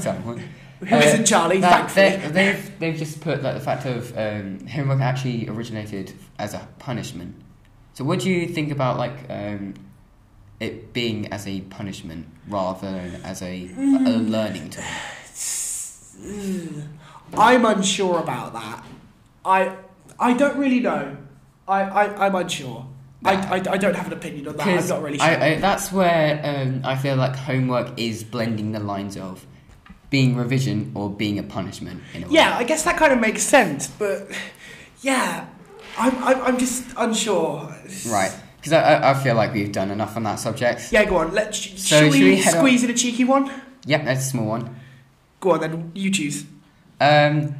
[SPEAKER 1] someone
[SPEAKER 2] Who
[SPEAKER 1] Uh,
[SPEAKER 2] not Charlie,
[SPEAKER 1] that
[SPEAKER 2] thankfully?
[SPEAKER 1] they, they've, they've just put like the fact of um, homework actually originated as a punishment. So what do you think about like um, it being as a punishment rather than as a, a learning tool?
[SPEAKER 2] Mm. I'm unsure about that. I I don't really know. I, I, I'm unsure. I, I, I don't have an opinion on that. I'm
[SPEAKER 1] Because
[SPEAKER 2] not really sure.
[SPEAKER 1] I, I, that's where um, I feel like homework is blending the lines of being revision or being a punishment in a way.
[SPEAKER 2] yeah, I guess that kind of makes sense, but yeah, I'm, I'm, I'm just unsure.
[SPEAKER 1] Right. Because I, I, I feel like we've done enough on that subject.
[SPEAKER 2] Yeah, go on. Let's, sh
[SPEAKER 1] So,
[SPEAKER 2] shall
[SPEAKER 1] should
[SPEAKER 2] we
[SPEAKER 1] we head on?
[SPEAKER 2] squeeze in a cheeky one?
[SPEAKER 1] Yep, that's a small one.
[SPEAKER 2] Go on then, you choose.
[SPEAKER 1] Um,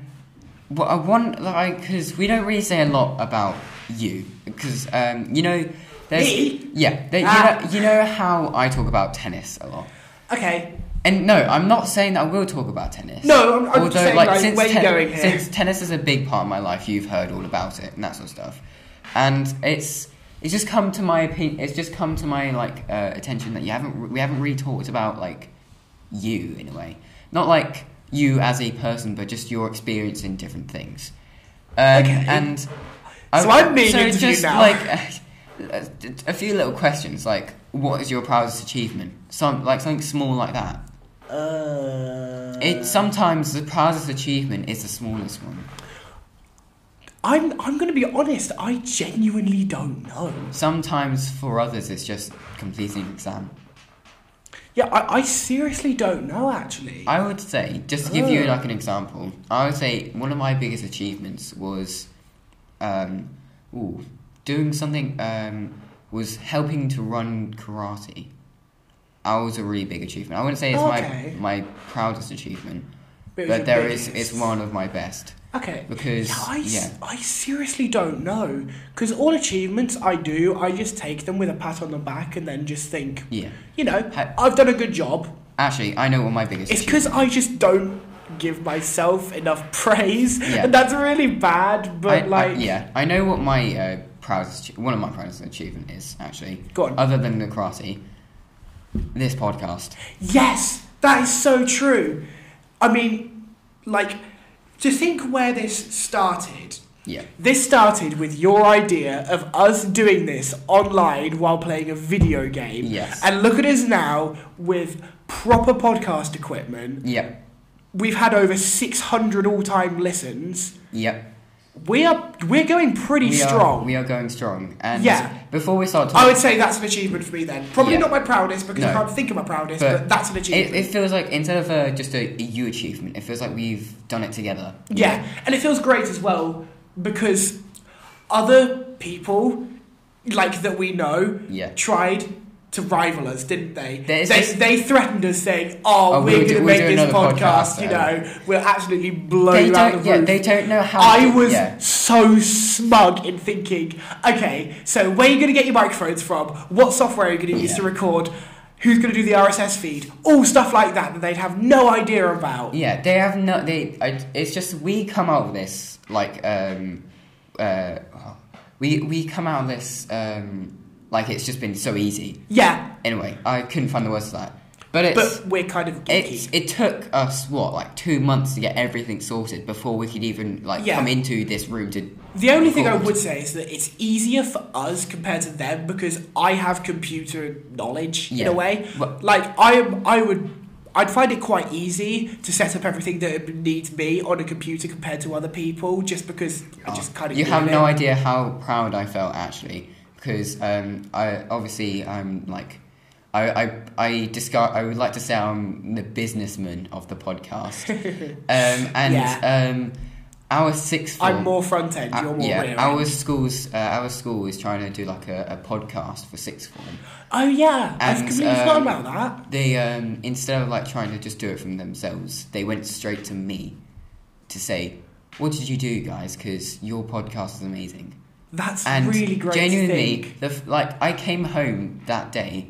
[SPEAKER 1] but I want like because we don't really say a lot about you because um, you know there's
[SPEAKER 2] Me?
[SPEAKER 1] yeah there,
[SPEAKER 2] Ah.
[SPEAKER 1] you, know, you know how I talk about tennis a lot.
[SPEAKER 2] Okay,
[SPEAKER 1] And no, I'm not saying that I will talk about tennis.
[SPEAKER 2] No, I'm- I'm just saying, like,
[SPEAKER 1] since
[SPEAKER 2] where you going here?
[SPEAKER 1] Since tennis is a big part of my life, you've heard all about it and that sort of stuff. And it's it's just come to my opinion. It's just come to my like uh, attention that you haven't re- we haven't really talked about like you in a way, not like you as a person, but just your experience in different things. Um,
[SPEAKER 2] Okay.
[SPEAKER 1] And
[SPEAKER 2] So I'm being
[SPEAKER 1] so
[SPEAKER 2] interviewed
[SPEAKER 1] just
[SPEAKER 2] now.
[SPEAKER 1] like a, a few little questions, like what is your proudest achievement? Some like something small like that.
[SPEAKER 2] Uh,
[SPEAKER 1] It sometimes the proudest achievement is the smallest one.
[SPEAKER 2] I'm I'm gonna be honest. I genuinely don't know.
[SPEAKER 1] Sometimes for others, it's just completing an exam.
[SPEAKER 2] Yeah, I, I seriously don't know actually.
[SPEAKER 1] I would say, just to give you
[SPEAKER 2] Oh.
[SPEAKER 1] like an example, I would say one of my biggest achievements was, um, ooh, doing something. Um, was helping to run karate. That was a really big achievement. I wouldn't say it's
[SPEAKER 2] Okay.
[SPEAKER 1] my my proudest achievement,
[SPEAKER 2] But it was
[SPEAKER 1] but
[SPEAKER 2] your
[SPEAKER 1] there is
[SPEAKER 2] biggest.
[SPEAKER 1] it's one of my best
[SPEAKER 2] okay.
[SPEAKER 1] because
[SPEAKER 2] Yeah, I, s-
[SPEAKER 1] yeah.
[SPEAKER 2] I seriously don't know. Because all achievements I do, I just take them with a pat on the back and then just think,
[SPEAKER 1] yeah.
[SPEAKER 2] you know,
[SPEAKER 1] Ha-
[SPEAKER 2] I've done a good job.
[SPEAKER 1] Actually, I know what my biggest.
[SPEAKER 2] It's
[SPEAKER 1] achievement
[SPEAKER 2] because I just don't give myself enough praise.
[SPEAKER 1] Yeah.
[SPEAKER 2] And that's really bad, but
[SPEAKER 1] I- I-
[SPEAKER 2] like.
[SPEAKER 1] yeah, I know what my uh, proudest, one of my proudest achievement is actually.
[SPEAKER 2] Go on.
[SPEAKER 1] Other than the karate, this podcast.
[SPEAKER 2] Yes, that is so true. I mean, like, to think where this started.
[SPEAKER 1] Yeah,
[SPEAKER 2] This started with your idea of us doing this online while playing a video game.
[SPEAKER 1] Yes.
[SPEAKER 2] And look at us now with proper podcast equipment.
[SPEAKER 1] yep,
[SPEAKER 2] We've had over 600 all-time listens.
[SPEAKER 1] yep.
[SPEAKER 2] We are we're going pretty
[SPEAKER 1] we Are,
[SPEAKER 2] strong.
[SPEAKER 1] we are going strong. And
[SPEAKER 2] Yeah.
[SPEAKER 1] Before we start talking,
[SPEAKER 2] I would say that's an achievement for me then. Probably
[SPEAKER 1] Yeah.
[SPEAKER 2] not my proudest because I
[SPEAKER 1] No.
[SPEAKER 2] can't think of my proudest, but,
[SPEAKER 1] But
[SPEAKER 2] that's an achievement.
[SPEAKER 1] it, it feels like instead of uh, just a, a you achievement, it feels like we've done it together.
[SPEAKER 2] Yeah, and it feels great as well because other people, like that we know,
[SPEAKER 1] Yeah.
[SPEAKER 2] tried to rival us, didn't they? They,
[SPEAKER 1] There's this-
[SPEAKER 2] they threatened us, saying, "Oh,
[SPEAKER 1] Oh,
[SPEAKER 2] we're
[SPEAKER 1] we'll do-
[SPEAKER 2] going to
[SPEAKER 1] we'll
[SPEAKER 2] make
[SPEAKER 1] do
[SPEAKER 2] this
[SPEAKER 1] another
[SPEAKER 2] podcast.
[SPEAKER 1] podcast,
[SPEAKER 2] you
[SPEAKER 1] uh,
[SPEAKER 2] know, we'll absolutely blow
[SPEAKER 1] They
[SPEAKER 2] you out of
[SPEAKER 1] don't.
[SPEAKER 2] the
[SPEAKER 1] Yeah,
[SPEAKER 2] roof."
[SPEAKER 1] they don't know how.
[SPEAKER 2] I
[SPEAKER 1] to-
[SPEAKER 2] was
[SPEAKER 1] Yeah.
[SPEAKER 2] so smug in thinking, okay, so where are you going to get your microphones from? What software are you going to use
[SPEAKER 1] Yeah.
[SPEAKER 2] to record? Who's going to do the RSS feed? All stuff like that that they'd have no idea about.
[SPEAKER 1] Yeah, they have no. They. I, it's just we come out of this like um, uh, oh, we we come out of this um, like it's just been so easy.
[SPEAKER 2] Yeah,
[SPEAKER 1] Anyway, I couldn't find the words for that, but it's
[SPEAKER 2] but we're kind of geeky.
[SPEAKER 1] it's it took us what like two months to get everything sorted before we could even like
[SPEAKER 2] Yeah.
[SPEAKER 1] come into this room to.
[SPEAKER 2] The only thing I
[SPEAKER 1] record.
[SPEAKER 2] would say is that it's easier for us compared to them because I have computer knowledge in
[SPEAKER 1] Yeah.
[SPEAKER 2] a way.
[SPEAKER 1] But-
[SPEAKER 2] Like I am, I would, I'd find it quite easy to set up everything that it needs me on a computer compared to other people, just because I just kind of.
[SPEAKER 1] Oh, you
[SPEAKER 2] do
[SPEAKER 1] have
[SPEAKER 2] it.
[SPEAKER 1] no idea how proud I felt actually, because um, I obviously I'm like, I I I discard. I would like to say I'm the businessman of the podcast, um, and
[SPEAKER 2] Yeah.
[SPEAKER 1] um, our sixth. Form,
[SPEAKER 2] I'm more front end.
[SPEAKER 1] uh,
[SPEAKER 2] You're more
[SPEAKER 1] yeah,
[SPEAKER 2] rear.
[SPEAKER 1] our
[SPEAKER 2] end.
[SPEAKER 1] schools, uh, our school is trying to do like a, a podcast for sixth form.
[SPEAKER 2] Oh yeah, I've
[SPEAKER 1] and,
[SPEAKER 2] completely
[SPEAKER 1] um,
[SPEAKER 2] forgotten about that.
[SPEAKER 1] They um, instead of like trying to just do it from themselves, they went straight to me to say, "What did you do, guys? Because your podcast is amazing."
[SPEAKER 2] That's
[SPEAKER 1] and
[SPEAKER 2] really great. to
[SPEAKER 1] genuinely
[SPEAKER 2] think.
[SPEAKER 1] the f- like i came home that day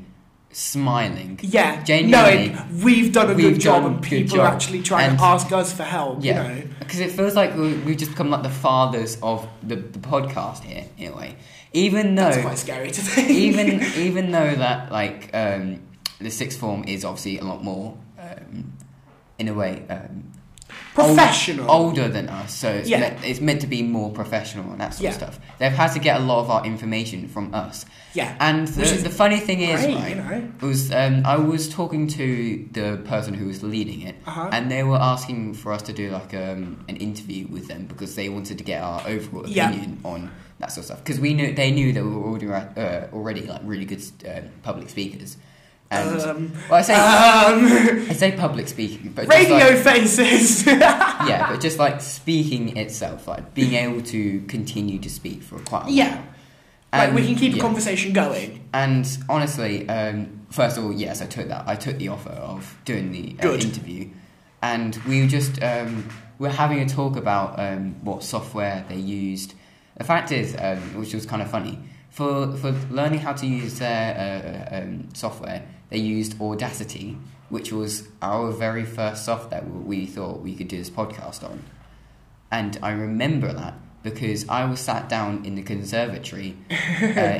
[SPEAKER 1] smiling
[SPEAKER 2] Yeah,
[SPEAKER 1] genuinely
[SPEAKER 2] knowing we've done a
[SPEAKER 1] we've
[SPEAKER 2] good job
[SPEAKER 1] done
[SPEAKER 2] and
[SPEAKER 1] good
[SPEAKER 2] people are
[SPEAKER 1] job.
[SPEAKER 2] actually trying
[SPEAKER 1] And-
[SPEAKER 2] to ask us for help,
[SPEAKER 1] yeah
[SPEAKER 2] you know.
[SPEAKER 1] because it feels like we, we've just become like the fathers of the, the podcast here in a way even though
[SPEAKER 2] That's quite scary to think.
[SPEAKER 1] even even though that like um, the sixth form is obviously a lot more um, in a way um, old-
[SPEAKER 2] professional.
[SPEAKER 1] older than us, so it's,
[SPEAKER 2] Oh. Yeah.
[SPEAKER 1] meant, it's meant to be more professional and that sort of
[SPEAKER 2] Yeah.
[SPEAKER 1] stuff. They've had to get a lot of our information from us.
[SPEAKER 2] Yeah.
[SPEAKER 1] And
[SPEAKER 2] Which
[SPEAKER 1] the,
[SPEAKER 2] is
[SPEAKER 1] the funny thing is,
[SPEAKER 2] great,
[SPEAKER 1] right,
[SPEAKER 2] you know.
[SPEAKER 1] it was um, I was talking to the person who was leading it,
[SPEAKER 2] Uh-huh.
[SPEAKER 1] and they were asking for us to do like um, an interview with them because they wanted to get our overall
[SPEAKER 2] Yeah.
[SPEAKER 1] opinion on that sort of stuff. Because we knew they knew that we were already uh, already like really good uh, public speakers. And,
[SPEAKER 2] Um,
[SPEAKER 1] well, I say
[SPEAKER 2] Um,
[SPEAKER 1] I say public speaking, but just like-
[SPEAKER 2] radio faces. yeah.
[SPEAKER 1] yeah, but just like speaking itself, like being able to continue to speak for quite a while.
[SPEAKER 2] Like
[SPEAKER 1] And-
[SPEAKER 2] we can keep a
[SPEAKER 1] yeah.
[SPEAKER 2] conversation going.
[SPEAKER 1] And honestly, um, first of all, yes, I took that. I took the offer of doing the uh,
[SPEAKER 2] Good.
[SPEAKER 1] interview, and we were just um, we're having a talk about um, what software they used. The fact is, um, which was kind of funny, for for learning how to use their uh, um, software, they used Audacity, which was our very first software we thought we could do this podcast on. And I remember that because I was sat down in the conservatory, uh,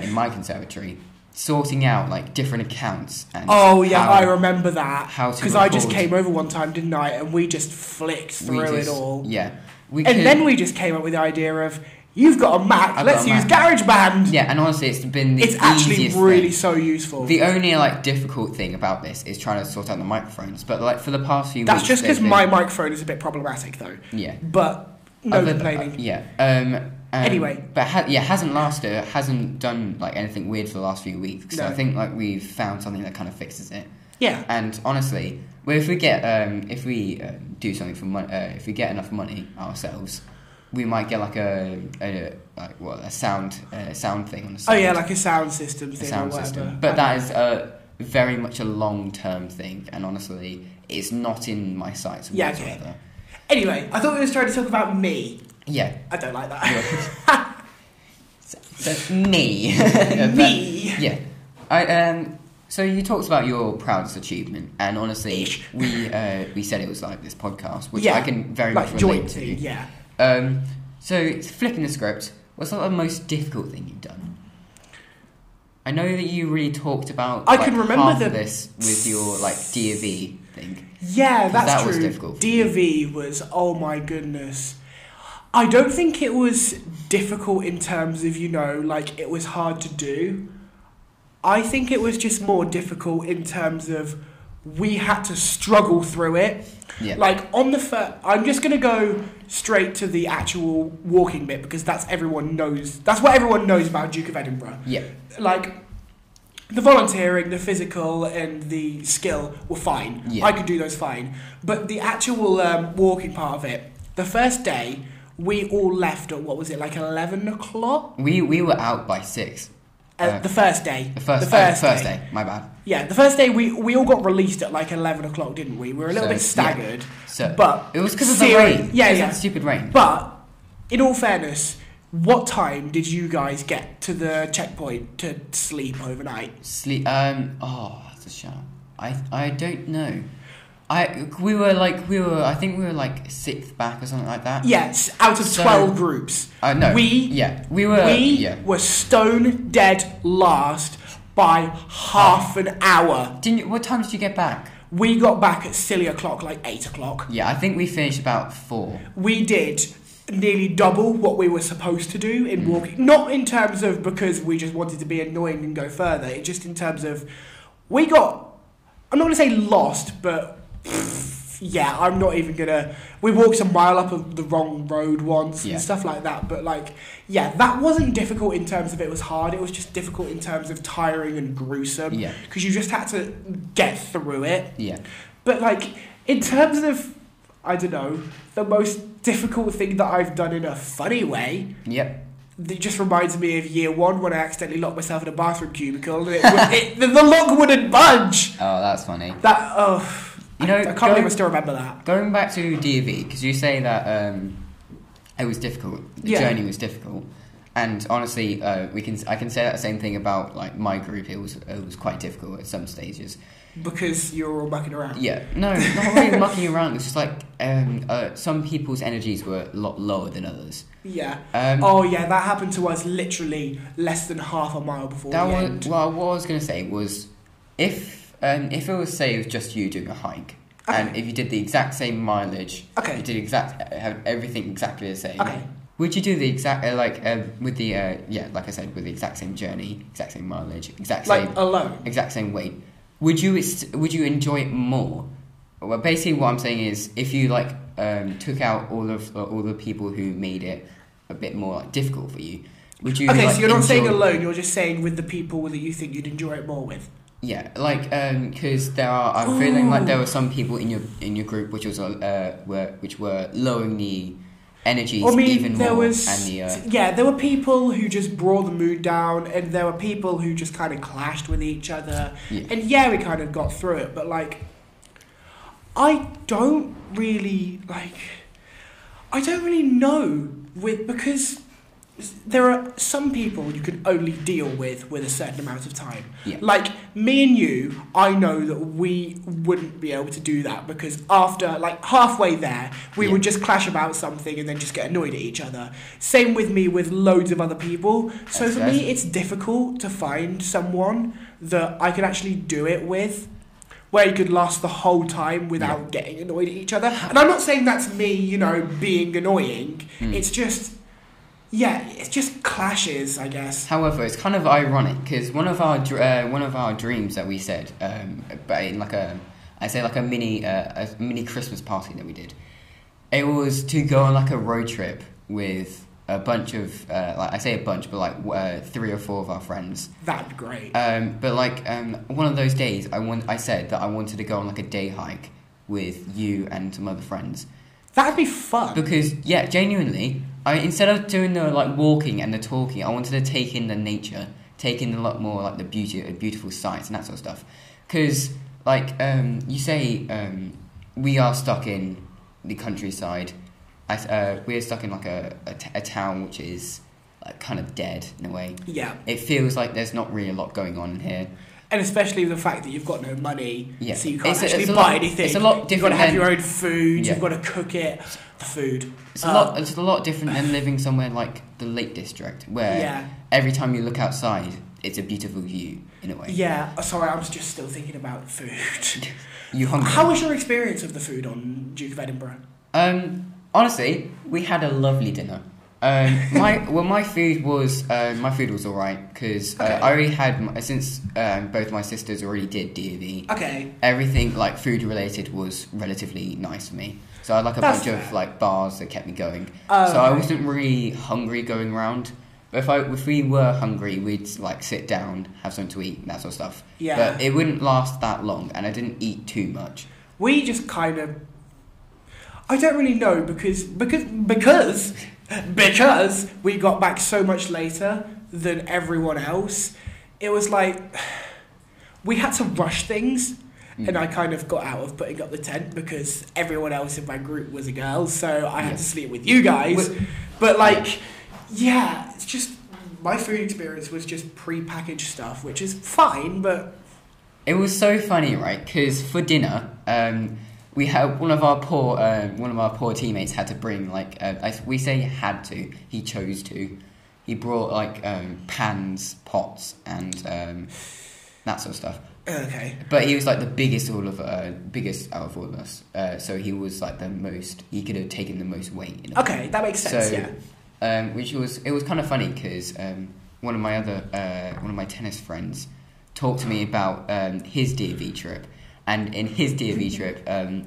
[SPEAKER 1] in my conservatory, sorting out like different accounts and
[SPEAKER 2] Oh yeah,
[SPEAKER 1] how
[SPEAKER 2] I remember that.
[SPEAKER 1] how to
[SPEAKER 2] Because I just
[SPEAKER 1] record.
[SPEAKER 2] came over one time, didn't I? And we just flicked
[SPEAKER 1] we
[SPEAKER 2] through
[SPEAKER 1] just-
[SPEAKER 2] it all.
[SPEAKER 1] Yeah, we
[SPEAKER 2] and
[SPEAKER 1] could-
[SPEAKER 2] then we just came up with the idea of you've got a Mac,
[SPEAKER 1] I've
[SPEAKER 2] let's
[SPEAKER 1] got a
[SPEAKER 2] use GarageBand.
[SPEAKER 1] yeah, and honestly, it's been the
[SPEAKER 2] it's actually
[SPEAKER 1] easiest
[SPEAKER 2] really
[SPEAKER 1] thing.
[SPEAKER 2] so useful.
[SPEAKER 1] The only like difficult thing about this is trying to sort out the microphones, but like for the past few
[SPEAKER 2] That's
[SPEAKER 1] weeks,
[SPEAKER 2] just because
[SPEAKER 1] they've been-
[SPEAKER 2] my microphone is a bit problematic though.
[SPEAKER 1] yeah
[SPEAKER 2] But no
[SPEAKER 1] Other-
[SPEAKER 2] complaining.
[SPEAKER 1] uh, yeah. Um, um,
[SPEAKER 2] Anyway.
[SPEAKER 1] but ha- yeah, hasn't lasted. Hasn't done like anything weird for the last few weeks. So
[SPEAKER 2] No.
[SPEAKER 1] I think like we've found something that kind of fixes it.
[SPEAKER 2] yeah.
[SPEAKER 1] And honestly, well, if we get um, if we uh, do something for money, uh, if we get enough money ourselves, we might get like a, a like what a sound uh, sound thing on the
[SPEAKER 2] Oh
[SPEAKER 1] side.
[SPEAKER 2] yeah, like a sound system
[SPEAKER 1] a
[SPEAKER 2] thing
[SPEAKER 1] sound
[SPEAKER 2] or whatever.
[SPEAKER 1] system. But that is a very much a long term thing, and honestly, it's not in my sights
[SPEAKER 2] Yeah, okay.
[SPEAKER 1] whatsoever.
[SPEAKER 2] Anyway, I thought we was trying to talk about me.
[SPEAKER 1] Yeah.
[SPEAKER 2] I don't like that.
[SPEAKER 1] so, so me.
[SPEAKER 2] me.
[SPEAKER 1] Yeah. I um. So you talked about your proudest achievement, and honestly,
[SPEAKER 2] Ish.
[SPEAKER 1] we uh, we said it was like this podcast, which
[SPEAKER 2] Yeah.
[SPEAKER 1] I can very
[SPEAKER 2] like
[SPEAKER 1] much
[SPEAKER 2] joint
[SPEAKER 1] relate
[SPEAKER 2] thing,
[SPEAKER 1] to.
[SPEAKER 2] yeah.
[SPEAKER 1] Um. So flipping the script. What's like the most difficult thing you've done? I know that you really talked about.
[SPEAKER 2] I
[SPEAKER 1] like,
[SPEAKER 2] can remember
[SPEAKER 1] half of
[SPEAKER 2] the-
[SPEAKER 1] this with your like D of E thing.
[SPEAKER 2] Yeah,
[SPEAKER 1] 'Cause
[SPEAKER 2] that's
[SPEAKER 1] that
[SPEAKER 2] true.
[SPEAKER 1] was difficult.
[SPEAKER 2] D of E was oh my goodness. I don't think it was difficult in terms of you know like it was hard to do. I think it was just more difficult in terms of we had to struggle through it.
[SPEAKER 1] Yeah.
[SPEAKER 2] Like on the first, I'm just gonna go straight to the actual walking bit because that's everyone knows. That's what everyone knows about Duke of Edinburgh.
[SPEAKER 1] yeah.
[SPEAKER 2] Like the volunteering, the physical, and the skill were fine.
[SPEAKER 1] Yeah.
[SPEAKER 2] I could do those fine. But the actual um, walking part of it, the first day, we all left at what was it like eleven o'clock?
[SPEAKER 1] We we were out by six.
[SPEAKER 2] Uh,
[SPEAKER 1] Uh,
[SPEAKER 2] the first day.
[SPEAKER 1] The first
[SPEAKER 2] The
[SPEAKER 1] oh,
[SPEAKER 2] first
[SPEAKER 1] first
[SPEAKER 2] day.
[SPEAKER 1] day. My bad.
[SPEAKER 2] Yeah, the first day we we all got released at like eleven o'clock, didn't we? We were a little
[SPEAKER 1] So,
[SPEAKER 2] bit
[SPEAKER 1] yeah.
[SPEAKER 2] staggered.
[SPEAKER 1] So
[SPEAKER 2] But
[SPEAKER 1] it was because of the
[SPEAKER 2] seri-
[SPEAKER 1] rain.
[SPEAKER 2] yeah,
[SPEAKER 1] 'Cause of
[SPEAKER 2] yeah.
[SPEAKER 1] the Stupid rain.
[SPEAKER 2] But in all fairness, what time did you guys get to the checkpoint to sleep overnight?
[SPEAKER 1] Sleep. Um. Oh, that's a shout. I I don't know. I we were like we were. I think we were like sixth back or something like that.
[SPEAKER 2] Yes, out of
[SPEAKER 1] So-
[SPEAKER 2] twelve groups.
[SPEAKER 1] Uh, no.
[SPEAKER 2] We-
[SPEAKER 1] Yeah. We were.
[SPEAKER 2] we
[SPEAKER 1] yeah.
[SPEAKER 2] were stone dead last by half an hour.
[SPEAKER 1] Didn't you, what time did you get back?
[SPEAKER 2] We got back at silly o'clock, like eight o'clock.
[SPEAKER 1] Yeah, I think we finished about four.
[SPEAKER 2] We did nearly double what we were supposed to do
[SPEAKER 1] Mm.
[SPEAKER 2] in walking. Not in terms of because we just wanted to be annoying and go further, it just in terms of we got I'm not gonna say lost, but yeah, I'm not even gonna. We walked a mile up of the wrong road once
[SPEAKER 1] Yeah.
[SPEAKER 2] and stuff like that. But like, yeah, that wasn't difficult in terms of it was hard. It was just difficult in terms of tiring and gruesome.
[SPEAKER 1] Yeah.
[SPEAKER 2] because you just had to get through it.
[SPEAKER 1] Yeah.
[SPEAKER 2] But like, in terms of, I don't know, the most difficult thing that I've done in a funny way.
[SPEAKER 1] Yep.
[SPEAKER 2] It just reminds me of year one when I accidentally locked myself in a bathroom cubicle and it, would- it, the the lock wouldn't budge.
[SPEAKER 1] Oh, that's funny.
[SPEAKER 2] That oh,
[SPEAKER 1] You know,
[SPEAKER 2] I, I can't
[SPEAKER 1] going-
[SPEAKER 2] believe I still remember that.
[SPEAKER 1] Going back to DV, because you say that um, it was difficult. The
[SPEAKER 2] Yeah.
[SPEAKER 1] journey was difficult, and honestly, uh, we can I can say that same thing about like my group. It was it was quite difficult at some stages.
[SPEAKER 2] Because you were all mucking around.
[SPEAKER 1] Yeah, no, not really mucking around. It's just like um, uh, some people's energies were a lot lower than others.
[SPEAKER 2] Yeah.
[SPEAKER 1] Um,
[SPEAKER 2] oh yeah, that happened to us literally less than half a mile before
[SPEAKER 1] that
[SPEAKER 2] the
[SPEAKER 1] was
[SPEAKER 2] end.
[SPEAKER 1] well. What I was gonna say was, if um, if it was say it was just you doing a hike, and if you did the exact same mileage,
[SPEAKER 2] Okay.
[SPEAKER 1] you did exact uh, have everything exactly the same.
[SPEAKER 2] Okay.
[SPEAKER 1] Would you do the exact uh, like uh, with the uh, yeah like I said with the exact same journey, exact same mileage, exact
[SPEAKER 2] Like
[SPEAKER 1] same
[SPEAKER 2] alone.
[SPEAKER 1] exact same weight? Would you est- would you enjoy it more? Well, basically, what I'm saying is, if you like um, took out all of uh, all the people who made it a bit more like difficult for you, would you?
[SPEAKER 2] okay,
[SPEAKER 1] like,
[SPEAKER 2] so you're not saying
[SPEAKER 1] enjoy-
[SPEAKER 2] alone. You're just saying with the people that you think you'd enjoy it more with.
[SPEAKER 1] Yeah, like because there are. I'm feeling like
[SPEAKER 2] Ooh.
[SPEAKER 1] there were some people in your in your group which was uh were which were lowering the energies
[SPEAKER 2] I mean,
[SPEAKER 1] even
[SPEAKER 2] there
[SPEAKER 1] more
[SPEAKER 2] was
[SPEAKER 1] and the uh,
[SPEAKER 2] yeah, there were people who just brought the mood down, and there were people who just kind of clashed with each other.
[SPEAKER 1] Yeah.
[SPEAKER 2] And yeah, we kind of got through it, but like, I don't really like, I don't really know with because there are some people you can only deal with with a certain amount of time.
[SPEAKER 1] Yeah.
[SPEAKER 2] Like me and you, I know that we wouldn't be able to do that because after like halfway there, we
[SPEAKER 1] Yeah.
[SPEAKER 2] would just clash about something and then just get annoyed at each other. Same with me with loads of other people. So
[SPEAKER 1] That's
[SPEAKER 2] for
[SPEAKER 1] fair.
[SPEAKER 2] me, it's difficult to find someone that I can actually do it with. Where you could last the whole time without getting annoyed at each other. And I'm not saying that's me, you know, being annoying.
[SPEAKER 1] Mm.
[SPEAKER 2] It's just yeah, it's just clashes, I guess.
[SPEAKER 1] However, it's kind of ironic because one of our dr- uh, one of our dreams that we said, um, but in like a, I say like a mini uh, a mini Christmas party that we did, it was to go on like a road trip with a bunch of uh, like I say a bunch, but like uh, three or four of our friends.
[SPEAKER 2] That'd be great.
[SPEAKER 1] Um, but like um, one of those days, I want I said that I wanted to go on like a day hike with you and some other friends
[SPEAKER 2] That'd be fun.
[SPEAKER 1] because yeah, genuinely, I instead of doing the like walking and the talking, I wanted to take in the nature, take in a lot more like the beauty, uh, beautiful sights and that sort of stuff. Because like um, you say, um, we are stuck in the countryside. I, uh, we're stuck in like a, a, t- a town which is like kind of dead in a way.
[SPEAKER 2] yeah,
[SPEAKER 1] It feels like there's not really a lot going on in here.
[SPEAKER 2] and especially the fact that you've got no money,
[SPEAKER 1] Yeah.
[SPEAKER 2] so you can't
[SPEAKER 1] It's a-
[SPEAKER 2] actually
[SPEAKER 1] it's a
[SPEAKER 2] buy
[SPEAKER 1] lot-
[SPEAKER 2] anything.
[SPEAKER 1] it's a lot
[SPEAKER 2] You've got to
[SPEAKER 1] different
[SPEAKER 2] have
[SPEAKER 1] than-
[SPEAKER 2] your own food.
[SPEAKER 1] Yeah.
[SPEAKER 2] You've got to cook it. The food.
[SPEAKER 1] It's a
[SPEAKER 2] Uh,
[SPEAKER 1] lot. It's a lot different than living somewhere like the Lake District, where
[SPEAKER 2] Yeah.
[SPEAKER 1] every time you look outside, it's a beautiful view in a way.
[SPEAKER 2] Yeah. oh, Sorry, I was just still thinking about food.
[SPEAKER 1] You hungry?
[SPEAKER 2] How was your experience of the food on Duke of Edinburgh?
[SPEAKER 1] um, honestly, we had a lovely dinner. Um, my well, my food was uh, my food was all right because
[SPEAKER 2] Okay.
[SPEAKER 1] uh, I already had my, since um, both my sisters already did DV.
[SPEAKER 2] Okay.
[SPEAKER 1] Everything like food related was relatively nice for me. So I had like a
[SPEAKER 2] That's
[SPEAKER 1] bunch of
[SPEAKER 2] fair.
[SPEAKER 1] like bars that kept me going.
[SPEAKER 2] Oh,
[SPEAKER 1] so I
[SPEAKER 2] okay.
[SPEAKER 1] wasn't really hungry going round. But if I if we were hungry, we'd like sit down, have something to eat, and that sort of stuff.
[SPEAKER 2] Yeah.
[SPEAKER 1] But it wouldn't last that long, and I didn't eat too much.
[SPEAKER 2] we just kind of I don't really know because because because because we got back so much later than everyone else. It was like we had to rush things
[SPEAKER 1] Hmm.
[SPEAKER 2] and I kind of got out of putting up the tent because everyone else in my group was a girl, so I had
[SPEAKER 1] Yeah.
[SPEAKER 2] to sleep with you guys.
[SPEAKER 1] Wh-
[SPEAKER 2] But like yeah, it's just my food experience was just pre-packaged stuff, which is fine, but
[SPEAKER 1] It was so funny, right? Because for dinner, um, we had one of our poor um, one of our poor teammates had to bring like uh, I, we say had to. He chose to. He brought like um, pans, pots, and um, that sort of stuff.
[SPEAKER 2] okay.
[SPEAKER 1] But he was like the biggest all of uh, biggest out of all of us. Uh, so he was like the most. He could have taken the most weight. In a
[SPEAKER 2] Okay, that makes sense,
[SPEAKER 1] So,
[SPEAKER 2] yeah.
[SPEAKER 1] um, which was it was kind of funny because um, one of my other uh, one of my tennis friends talked to me about um, his DV trip, and in his DV trip, um,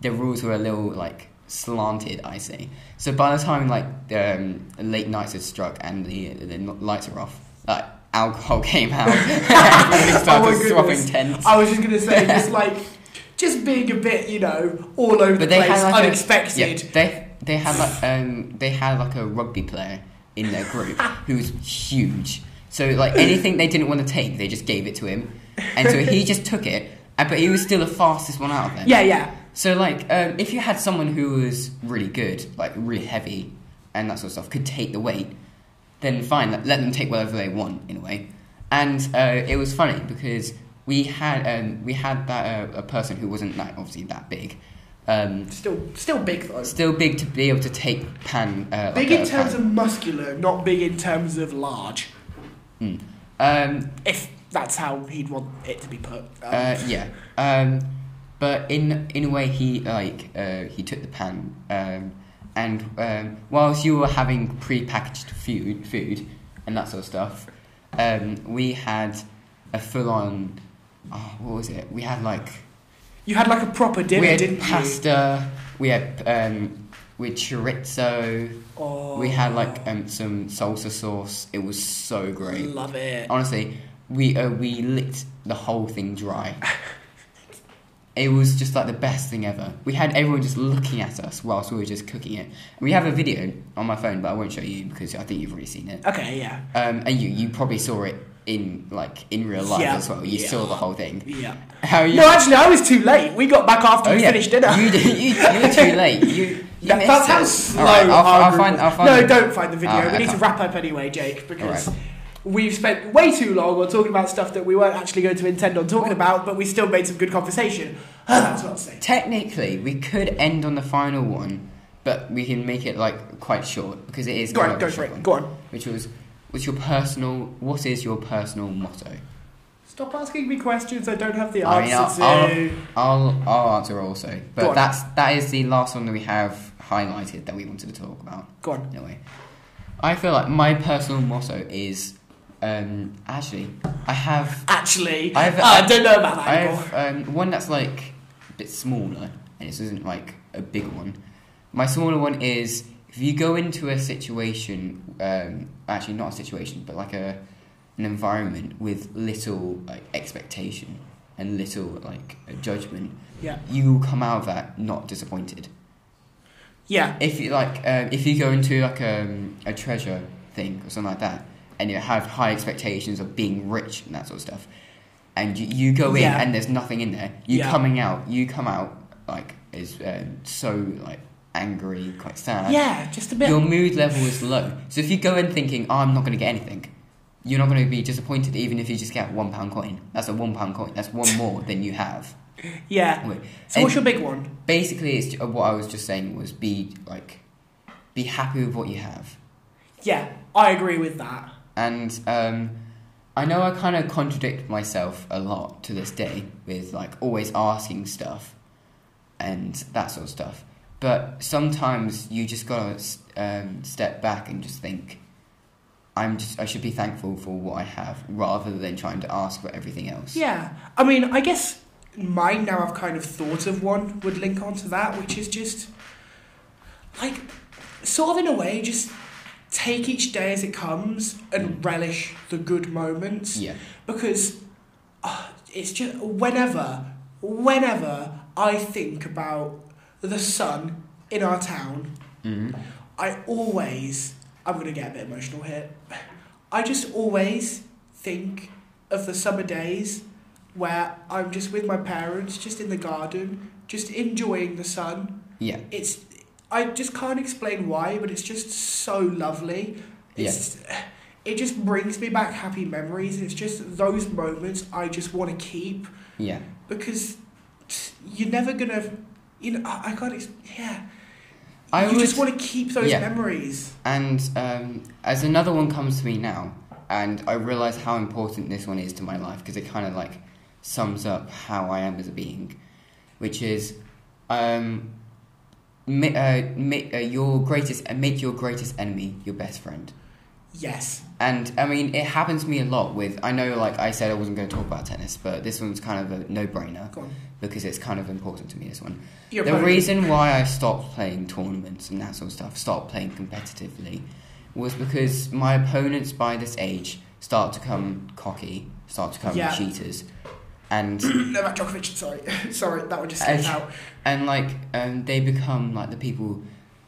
[SPEAKER 1] the rules were a little like slanted. I say. So by the time like the um, late nights had struck and the the lights were off, like alcohol came out. and we started
[SPEAKER 2] Oh goodness.
[SPEAKER 1] swapping tents.
[SPEAKER 2] I was just gonna say, just like, just being a bit, you know, all over the
[SPEAKER 1] But they
[SPEAKER 2] place,
[SPEAKER 1] had like a-
[SPEAKER 2] unexpected.
[SPEAKER 1] yeah, they they had like um they had like a rugby player in their group who was huge. So like anything they didn't want to take, they just gave it to him, and so he just took it. and- But he was still the fastest one out of them.
[SPEAKER 2] yeah, yeah,
[SPEAKER 1] So like um, if you had someone who was really good, like really heavy, and that sort of stuff, could take the weight, then fine, let, let them take whatever they want in a way. And uh, it was funny because we had um, we had that uh, a person who wasn't like obviously that big. Um,
[SPEAKER 2] Still, still big though.
[SPEAKER 1] still big to be able to take pan. Uh,
[SPEAKER 2] big
[SPEAKER 1] like a
[SPEAKER 2] in terms
[SPEAKER 1] pan.
[SPEAKER 2] of muscular, not big in terms of large.
[SPEAKER 1] Um,
[SPEAKER 2] If that's how he'd want it to be put. Um,
[SPEAKER 1] uh, yeah. uh, Um, But in in a way, he like uh, he took the pan, um, and um, whilst you were having pre-packaged food, food, and that sort of stuff, um, we had a full-on. Oh, what was it? We had like
[SPEAKER 2] You had like a proper dinner,
[SPEAKER 1] we had
[SPEAKER 2] didn't
[SPEAKER 1] pasta. We had um, we had chorizo.
[SPEAKER 2] you? Oh,
[SPEAKER 1] We had like um, some salsa sauce. It was so great.
[SPEAKER 2] Love it.
[SPEAKER 1] Honestly, we uh, we licked the whole thing dry. it was just like the best thing ever. We had everyone just looking at us whilst we were just cooking it. We have a video on my phone, but I won't show you because I think you've already seen it.
[SPEAKER 2] Okay, yeah,
[SPEAKER 1] Um, and you you probably saw it in like in real life
[SPEAKER 2] Yeah.
[SPEAKER 1] as well. You
[SPEAKER 2] Yeah.
[SPEAKER 1] saw the whole thing.
[SPEAKER 2] yeah.
[SPEAKER 1] How you? Oh,
[SPEAKER 2] No, actually, I was too late. We got back after we finished dinner.
[SPEAKER 1] You, you, you were too late. You, you
[SPEAKER 2] That-
[SPEAKER 1] missed
[SPEAKER 2] that's
[SPEAKER 1] it.
[SPEAKER 2] how slow
[SPEAKER 1] All right, I'll,
[SPEAKER 2] our
[SPEAKER 1] I'll
[SPEAKER 2] group
[SPEAKER 1] find.
[SPEAKER 2] was.
[SPEAKER 1] I'll find.
[SPEAKER 2] No, don't find the video.
[SPEAKER 1] Alright,
[SPEAKER 2] we need
[SPEAKER 1] okay.
[SPEAKER 2] to wrap up anyway, Jake, because
[SPEAKER 1] Alright.
[SPEAKER 2] we've spent way too long on talking about stuff that we weren't actually going to intend on talking about, but we still made some good conversation. that's what I'm saying.
[SPEAKER 1] Technically, we could end on the final one, but we can make it like quite short because it is
[SPEAKER 2] Go
[SPEAKER 1] quite
[SPEAKER 2] on,
[SPEAKER 1] a
[SPEAKER 2] go for
[SPEAKER 1] short
[SPEAKER 2] it.
[SPEAKER 1] one.
[SPEAKER 2] Go on.
[SPEAKER 1] Which was, what's your personal? What is your personal motto?
[SPEAKER 2] Stop asking me questions I don't have the
[SPEAKER 1] I mean,
[SPEAKER 2] answer
[SPEAKER 1] I'll-
[SPEAKER 2] to.
[SPEAKER 1] I'll I'll answer also,
[SPEAKER 2] Go
[SPEAKER 1] but
[SPEAKER 2] on.
[SPEAKER 1] that's that is the last one that we have highlighted that we wanted to talk about.
[SPEAKER 2] Go on.
[SPEAKER 1] Anyway, I feel like my personal motto is, um, actually, I have
[SPEAKER 2] Actually,
[SPEAKER 1] I've-
[SPEAKER 2] uh, I don't know about that
[SPEAKER 1] I
[SPEAKER 2] anymore.
[SPEAKER 1] have um, one that's like a bit smaller, and this isn't like a big one. My smaller one is if you go into a situation, um, actually not a situation, but like a an environment with little like expectation and little like judgment,
[SPEAKER 2] Yeah.
[SPEAKER 1] you will come out of that not disappointed.
[SPEAKER 2] Yeah.
[SPEAKER 1] If you like, um, if you go into like um, a treasure thing or something like that, and you have high expectations of being rich and that sort of stuff, and you, you go in
[SPEAKER 2] Yeah.
[SPEAKER 1] and there's nothing in there, you
[SPEAKER 2] Yeah.
[SPEAKER 1] coming out, you come out like is um, so like angry, quite sad.
[SPEAKER 2] Yeah, just a bit.
[SPEAKER 1] Your mood level is low. So if you go in thinking, oh, I'm not going to get anything, you're not going to be disappointed even if you just get one pound coin. That's a one pound coin. That's one more than you have.
[SPEAKER 2] yeah.
[SPEAKER 1] Anyway,
[SPEAKER 2] So,
[SPEAKER 1] and-
[SPEAKER 2] what's your big one?
[SPEAKER 1] basically it's uh, what i was just saying was be like be happy with what you have
[SPEAKER 2] Yeah, I agree with that.
[SPEAKER 1] and um, i know i kind of contradict myself a lot to this day with like always asking stuff and that sort of stuff but sometimes you just gotta s- um, step back and just think i'm just i should be thankful for what i have rather than trying to ask for everything else
[SPEAKER 2] Yeah. I mean, I guess mine now I've kind of thought of one would link onto that, which is just like sort of in a way, just take each day as it comes and relish the good moments
[SPEAKER 1] yeah
[SPEAKER 2] because uh, it's just whenever, whenever I think about the sun in our town,
[SPEAKER 1] hmm
[SPEAKER 2] I always, I'm going to get a bit emotional here. I just always think of the summer days where I'm just with my parents, just in the garden, just enjoying the sun.
[SPEAKER 1] yeah
[SPEAKER 2] It's, I just can't explain why, but it's just so lovely. It's, It just brings me back happy memories. It's just those moments I just want to keep
[SPEAKER 1] yeah
[SPEAKER 2] because you're never going to, you know, I, I can't, ex- yeah.
[SPEAKER 1] I
[SPEAKER 2] you
[SPEAKER 1] would-
[SPEAKER 2] just want to keep those
[SPEAKER 1] Yeah.
[SPEAKER 2] memories.
[SPEAKER 1] And um, as another one comes to me now, and I realise how important this one is to my life because it kind of like sums up how I am as a being, which is um, ma- uh, ma- uh, your greatest uh, make your greatest enemy your best friend.
[SPEAKER 2] Yes.
[SPEAKER 1] And I mean, it happens to me a lot with I know like I said I wasn't going to talk about tennis, but this one's kind of a no brainer
[SPEAKER 2] Go on.
[SPEAKER 1] because it's kind of important to me. This one.
[SPEAKER 2] Your
[SPEAKER 1] The
[SPEAKER 2] opponent.
[SPEAKER 1] reason why I stopped playing tournaments and that sort of stuff, stopped playing competitively, was because my opponents by this age start to come cocky, start to come
[SPEAKER 2] Yeah.
[SPEAKER 1] cheaters, and
[SPEAKER 2] Novak Djokovic, sorry. sorry, that one just slipped
[SPEAKER 1] Actually-
[SPEAKER 2] out.
[SPEAKER 1] and like um, they become like the people,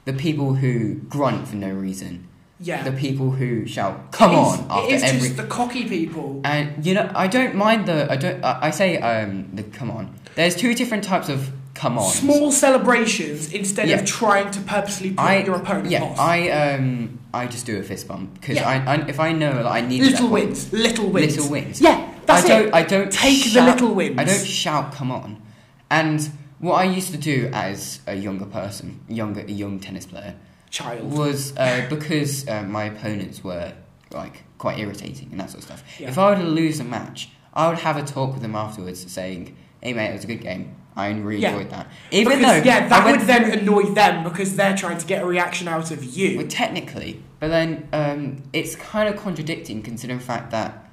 [SPEAKER 1] the people who grunt for no reason,
[SPEAKER 2] Yeah.
[SPEAKER 1] the people who shout "Come
[SPEAKER 2] It's-
[SPEAKER 1] on!" after
[SPEAKER 2] It is
[SPEAKER 1] every.
[SPEAKER 2] just the cocky people.
[SPEAKER 1] and you know, I don't mind the. I don't. I, I say um, the "Come on." There's two different types of "Come on."
[SPEAKER 2] Small celebrations instead
[SPEAKER 1] Yeah.
[SPEAKER 2] of trying to purposely put
[SPEAKER 1] I-
[SPEAKER 2] your opponent
[SPEAKER 1] Yeah,
[SPEAKER 2] off.
[SPEAKER 1] I um, I just do a fist bump because
[SPEAKER 2] Yeah.
[SPEAKER 1] I, I, if I know that I need that
[SPEAKER 2] little
[SPEAKER 1] point-
[SPEAKER 2] wins. Little wins.
[SPEAKER 1] little wins.
[SPEAKER 2] Yeah, that's
[SPEAKER 1] I don't,
[SPEAKER 2] it.
[SPEAKER 1] I don't
[SPEAKER 2] Take the
[SPEAKER 1] shout-
[SPEAKER 2] little wins.
[SPEAKER 1] I don't shout, come on. And what I used to do as a younger person, younger, a young tennis player,
[SPEAKER 2] Child.
[SPEAKER 1] was uh, because uh, my opponents were like quite irritating and that sort of stuff.
[SPEAKER 2] Yeah.
[SPEAKER 1] If I were to lose a match, I would have a talk with them afterwards, saying, "Hey mate, it was a good game. I really
[SPEAKER 2] Yeah.
[SPEAKER 1] enjoyed that. Even
[SPEAKER 2] because,
[SPEAKER 1] though
[SPEAKER 2] yeah,
[SPEAKER 1] I
[SPEAKER 2] that
[SPEAKER 1] went
[SPEAKER 2] would then annoy them because they're trying to get a reaction out of you.
[SPEAKER 1] Well, technically, but then um, it's kind of contradicting considering the fact that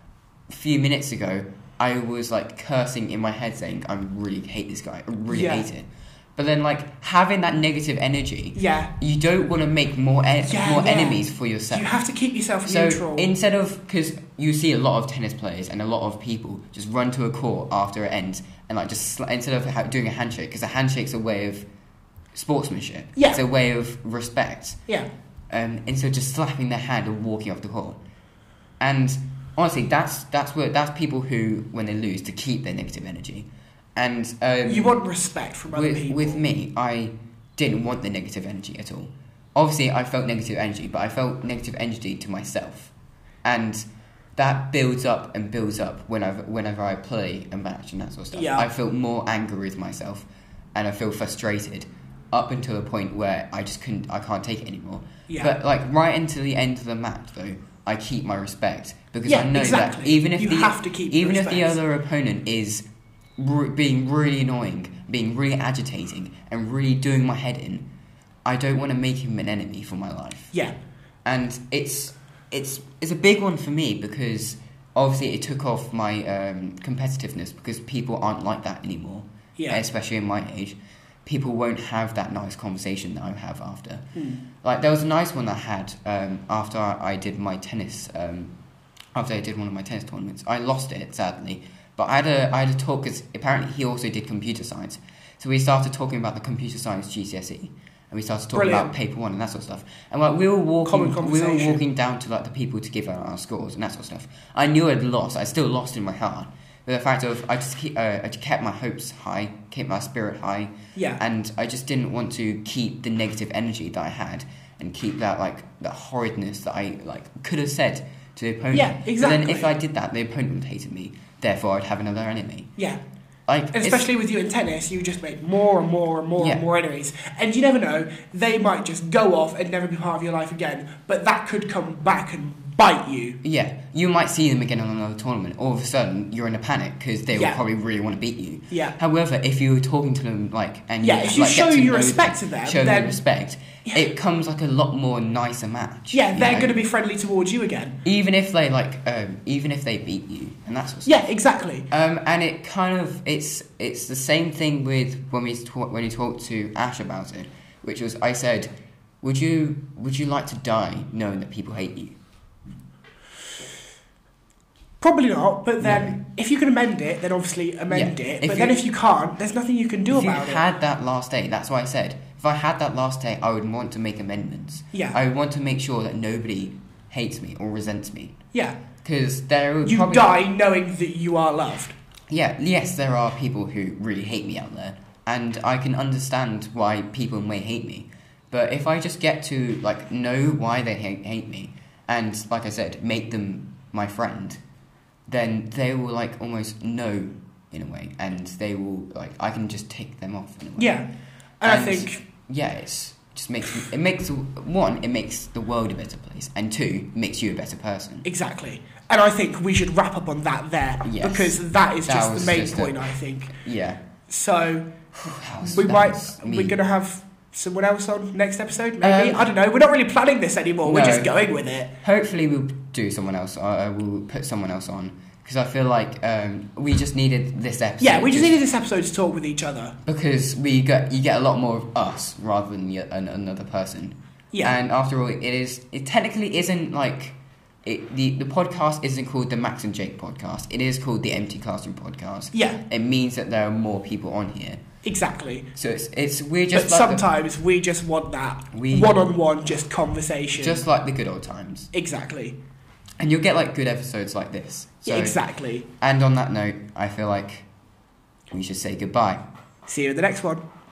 [SPEAKER 1] a few minutes ago I was like cursing in my head saying I really hate this guy, I really
[SPEAKER 2] Yeah.
[SPEAKER 1] hate it. But then like having that negative energy,
[SPEAKER 2] yeah,
[SPEAKER 1] you don't want to make more en-
[SPEAKER 2] Yeah,
[SPEAKER 1] more
[SPEAKER 2] yeah.
[SPEAKER 1] enemies for yourself.
[SPEAKER 2] you have to keep yourself
[SPEAKER 1] so
[SPEAKER 2] neutral.
[SPEAKER 1] instead of because you see a lot of tennis players and a lot of people just run to a court after it ends and like just sli- instead of ha- doing a handshake because a handshake's a way of sportsmanship.
[SPEAKER 2] Yeah.
[SPEAKER 1] It's a way of respect
[SPEAKER 2] yeah,
[SPEAKER 1] um, instead of just slapping their hand and walking off the court. And honestly, that's that's where that's people who, when they lose, to keep their negative energy. And um,
[SPEAKER 2] you want respect from other
[SPEAKER 1] with,
[SPEAKER 2] people.
[SPEAKER 1] with me, I didn't want the negative energy at all. Obviously, I felt negative energy, but I felt negative energy to myself, and that builds up and builds up whenever whenever I play a match and that sort of stuff.
[SPEAKER 2] Yeah.
[SPEAKER 1] I feel more anger with myself, and I feel frustrated, up until a point where I just couldn't, I can't take it anymore.
[SPEAKER 2] Yeah.
[SPEAKER 1] But like right until the end of the match, though, I keep my respect because
[SPEAKER 2] Yeah,
[SPEAKER 1] I know that
[SPEAKER 2] exactly.
[SPEAKER 1] even if
[SPEAKER 2] You
[SPEAKER 1] the
[SPEAKER 2] have to keep
[SPEAKER 1] even if the
[SPEAKER 2] respect.
[SPEAKER 1] other opponent is r- being really annoying, being really agitating, and really doing my head in, I don't want to make him an enemy for my life.
[SPEAKER 2] yeah,
[SPEAKER 1] And it's it's it's a big one for me because obviously it took off my um, competitiveness because people aren't like that anymore
[SPEAKER 2] yeah,
[SPEAKER 1] especially in my age, people won't have that nice conversation that I have after.
[SPEAKER 2] Hmm.
[SPEAKER 1] Like there was a nice one I had um, after I, I did my tennis. Um, after I did one of my tennis tournaments, I lost it sadly, but I had a I had a talk because apparently he also did computer science, so we started talking about the computer science GCSE, E, and we started talking about
[SPEAKER 2] Brilliant.
[SPEAKER 1] paper one and that sort of stuff. And like we were walking,
[SPEAKER 2] Common
[SPEAKER 1] we were
[SPEAKER 2] conversation.
[SPEAKER 1] walking down to like the people to give out our scores and that sort of stuff. I knew I'd lost. I still lost in my heart. But the fact of I just keep, uh, I just kept my hopes high, kept my spirit high,
[SPEAKER 2] yeah.
[SPEAKER 1] and I just didn't want to keep the negative energy that I had and keep that like the horridness that I like could have said to the opponent.
[SPEAKER 2] Yeah,
[SPEAKER 1] But then if
[SPEAKER 2] exactly.
[SPEAKER 1] I did that, the opponent would hated me. Therefore, I'd have another enemy.
[SPEAKER 2] Yeah,
[SPEAKER 1] Like
[SPEAKER 2] and
[SPEAKER 1] it's-
[SPEAKER 2] especially with you in tennis, you just make more and more and more
[SPEAKER 1] Yeah.
[SPEAKER 2] and more enemies, and you never know they might just go off and never be part of your life again. But that could come back and bite you.
[SPEAKER 1] Yeah, you might see them again on another tournament. All of a sudden, you're in a panic because they will
[SPEAKER 2] Yeah.
[SPEAKER 1] probably really want to beat you.
[SPEAKER 2] Yeah,
[SPEAKER 1] However, if you were talking to them like and
[SPEAKER 2] Yeah, if you
[SPEAKER 1] like, get
[SPEAKER 2] show
[SPEAKER 1] to
[SPEAKER 2] your
[SPEAKER 1] know
[SPEAKER 2] respect to them,
[SPEAKER 1] show them
[SPEAKER 2] then-
[SPEAKER 1] respect,
[SPEAKER 2] Yeah.
[SPEAKER 1] it comes like a lot more nicer match.
[SPEAKER 2] yeah,
[SPEAKER 1] you
[SPEAKER 2] they're
[SPEAKER 1] know?
[SPEAKER 2] going to be friendly towards you again.
[SPEAKER 1] even if they like um, even if they beat you and that sort of stuff.
[SPEAKER 2] Yeah, exactly.
[SPEAKER 1] Um, and it kind of it's it's the same thing with when we talk, when we talked to Ash about it, which was I said, would you would you like to die knowing that people hate you?
[SPEAKER 2] Probably not, but then if you can amend it, then obviously amend
[SPEAKER 1] Yeah,
[SPEAKER 2] it.
[SPEAKER 1] if
[SPEAKER 2] But then
[SPEAKER 1] you-
[SPEAKER 2] if you can't, there's nothing you can do
[SPEAKER 1] if
[SPEAKER 2] about
[SPEAKER 1] you
[SPEAKER 2] it.
[SPEAKER 1] had that last day, that's why I said if I had that last day, I would want to make amendments.
[SPEAKER 2] Yeah,
[SPEAKER 1] I would want to make sure that nobody hates me or resents me.
[SPEAKER 2] yeah.
[SPEAKER 1] Because there would
[SPEAKER 2] You
[SPEAKER 1] probably
[SPEAKER 2] die knowing that you are loved.
[SPEAKER 1] Yeah, yes, there are people who really hate me out there, and I can understand why people may hate me. But if I just get to like know why they hate, hate me, and like I said, make them my friend, then they will like almost know in a way, and they will like I can just take them off in a way.
[SPEAKER 2] Yeah, and I
[SPEAKER 1] And-
[SPEAKER 2] think
[SPEAKER 1] yeah, it's just makes it makes one, it makes the world a better place, and two, makes you a better person.
[SPEAKER 2] Exactly. And I think we should wrap up on that there
[SPEAKER 1] Yes.
[SPEAKER 2] because that is
[SPEAKER 1] That
[SPEAKER 2] just
[SPEAKER 1] was
[SPEAKER 2] the main
[SPEAKER 1] just a-
[SPEAKER 2] point, I think.
[SPEAKER 1] Yeah,
[SPEAKER 2] So
[SPEAKER 1] That was-
[SPEAKER 2] we
[SPEAKER 1] that
[SPEAKER 2] might
[SPEAKER 1] was
[SPEAKER 2] we're
[SPEAKER 1] mean.
[SPEAKER 2] gonna have someone else on next episode, maybe.
[SPEAKER 1] Um,
[SPEAKER 2] I don't know. We're not really planning this anymore. We're
[SPEAKER 1] No.
[SPEAKER 2] just going with it.
[SPEAKER 1] Hopefully, we'll do someone else. Uh, we'll put someone else on because I feel like um, we just needed this episode.
[SPEAKER 2] Yeah, we just needed this episode to talk with each other.
[SPEAKER 1] because we get you get a lot more of us rather than the, an, another person.
[SPEAKER 2] Yeah.
[SPEAKER 1] and after all, it is it technically isn't like. It, the, the podcast isn't called the Max and Jake podcast. It is called the Empty Classroom podcast.
[SPEAKER 2] yeah,
[SPEAKER 1] It means that there are more people on here.
[SPEAKER 2] exactly.
[SPEAKER 1] So it's it's we're just
[SPEAKER 2] but
[SPEAKER 1] like the-
[SPEAKER 2] sometimes we just want that
[SPEAKER 1] We-
[SPEAKER 2] one-on-one, just conversation.
[SPEAKER 1] just like the good old times.
[SPEAKER 2] exactly,
[SPEAKER 1] And you'll get like good episodes like this. So
[SPEAKER 2] yeah, exactly.
[SPEAKER 1] And on that note, I feel like we should say goodbye.
[SPEAKER 2] See you in the next one.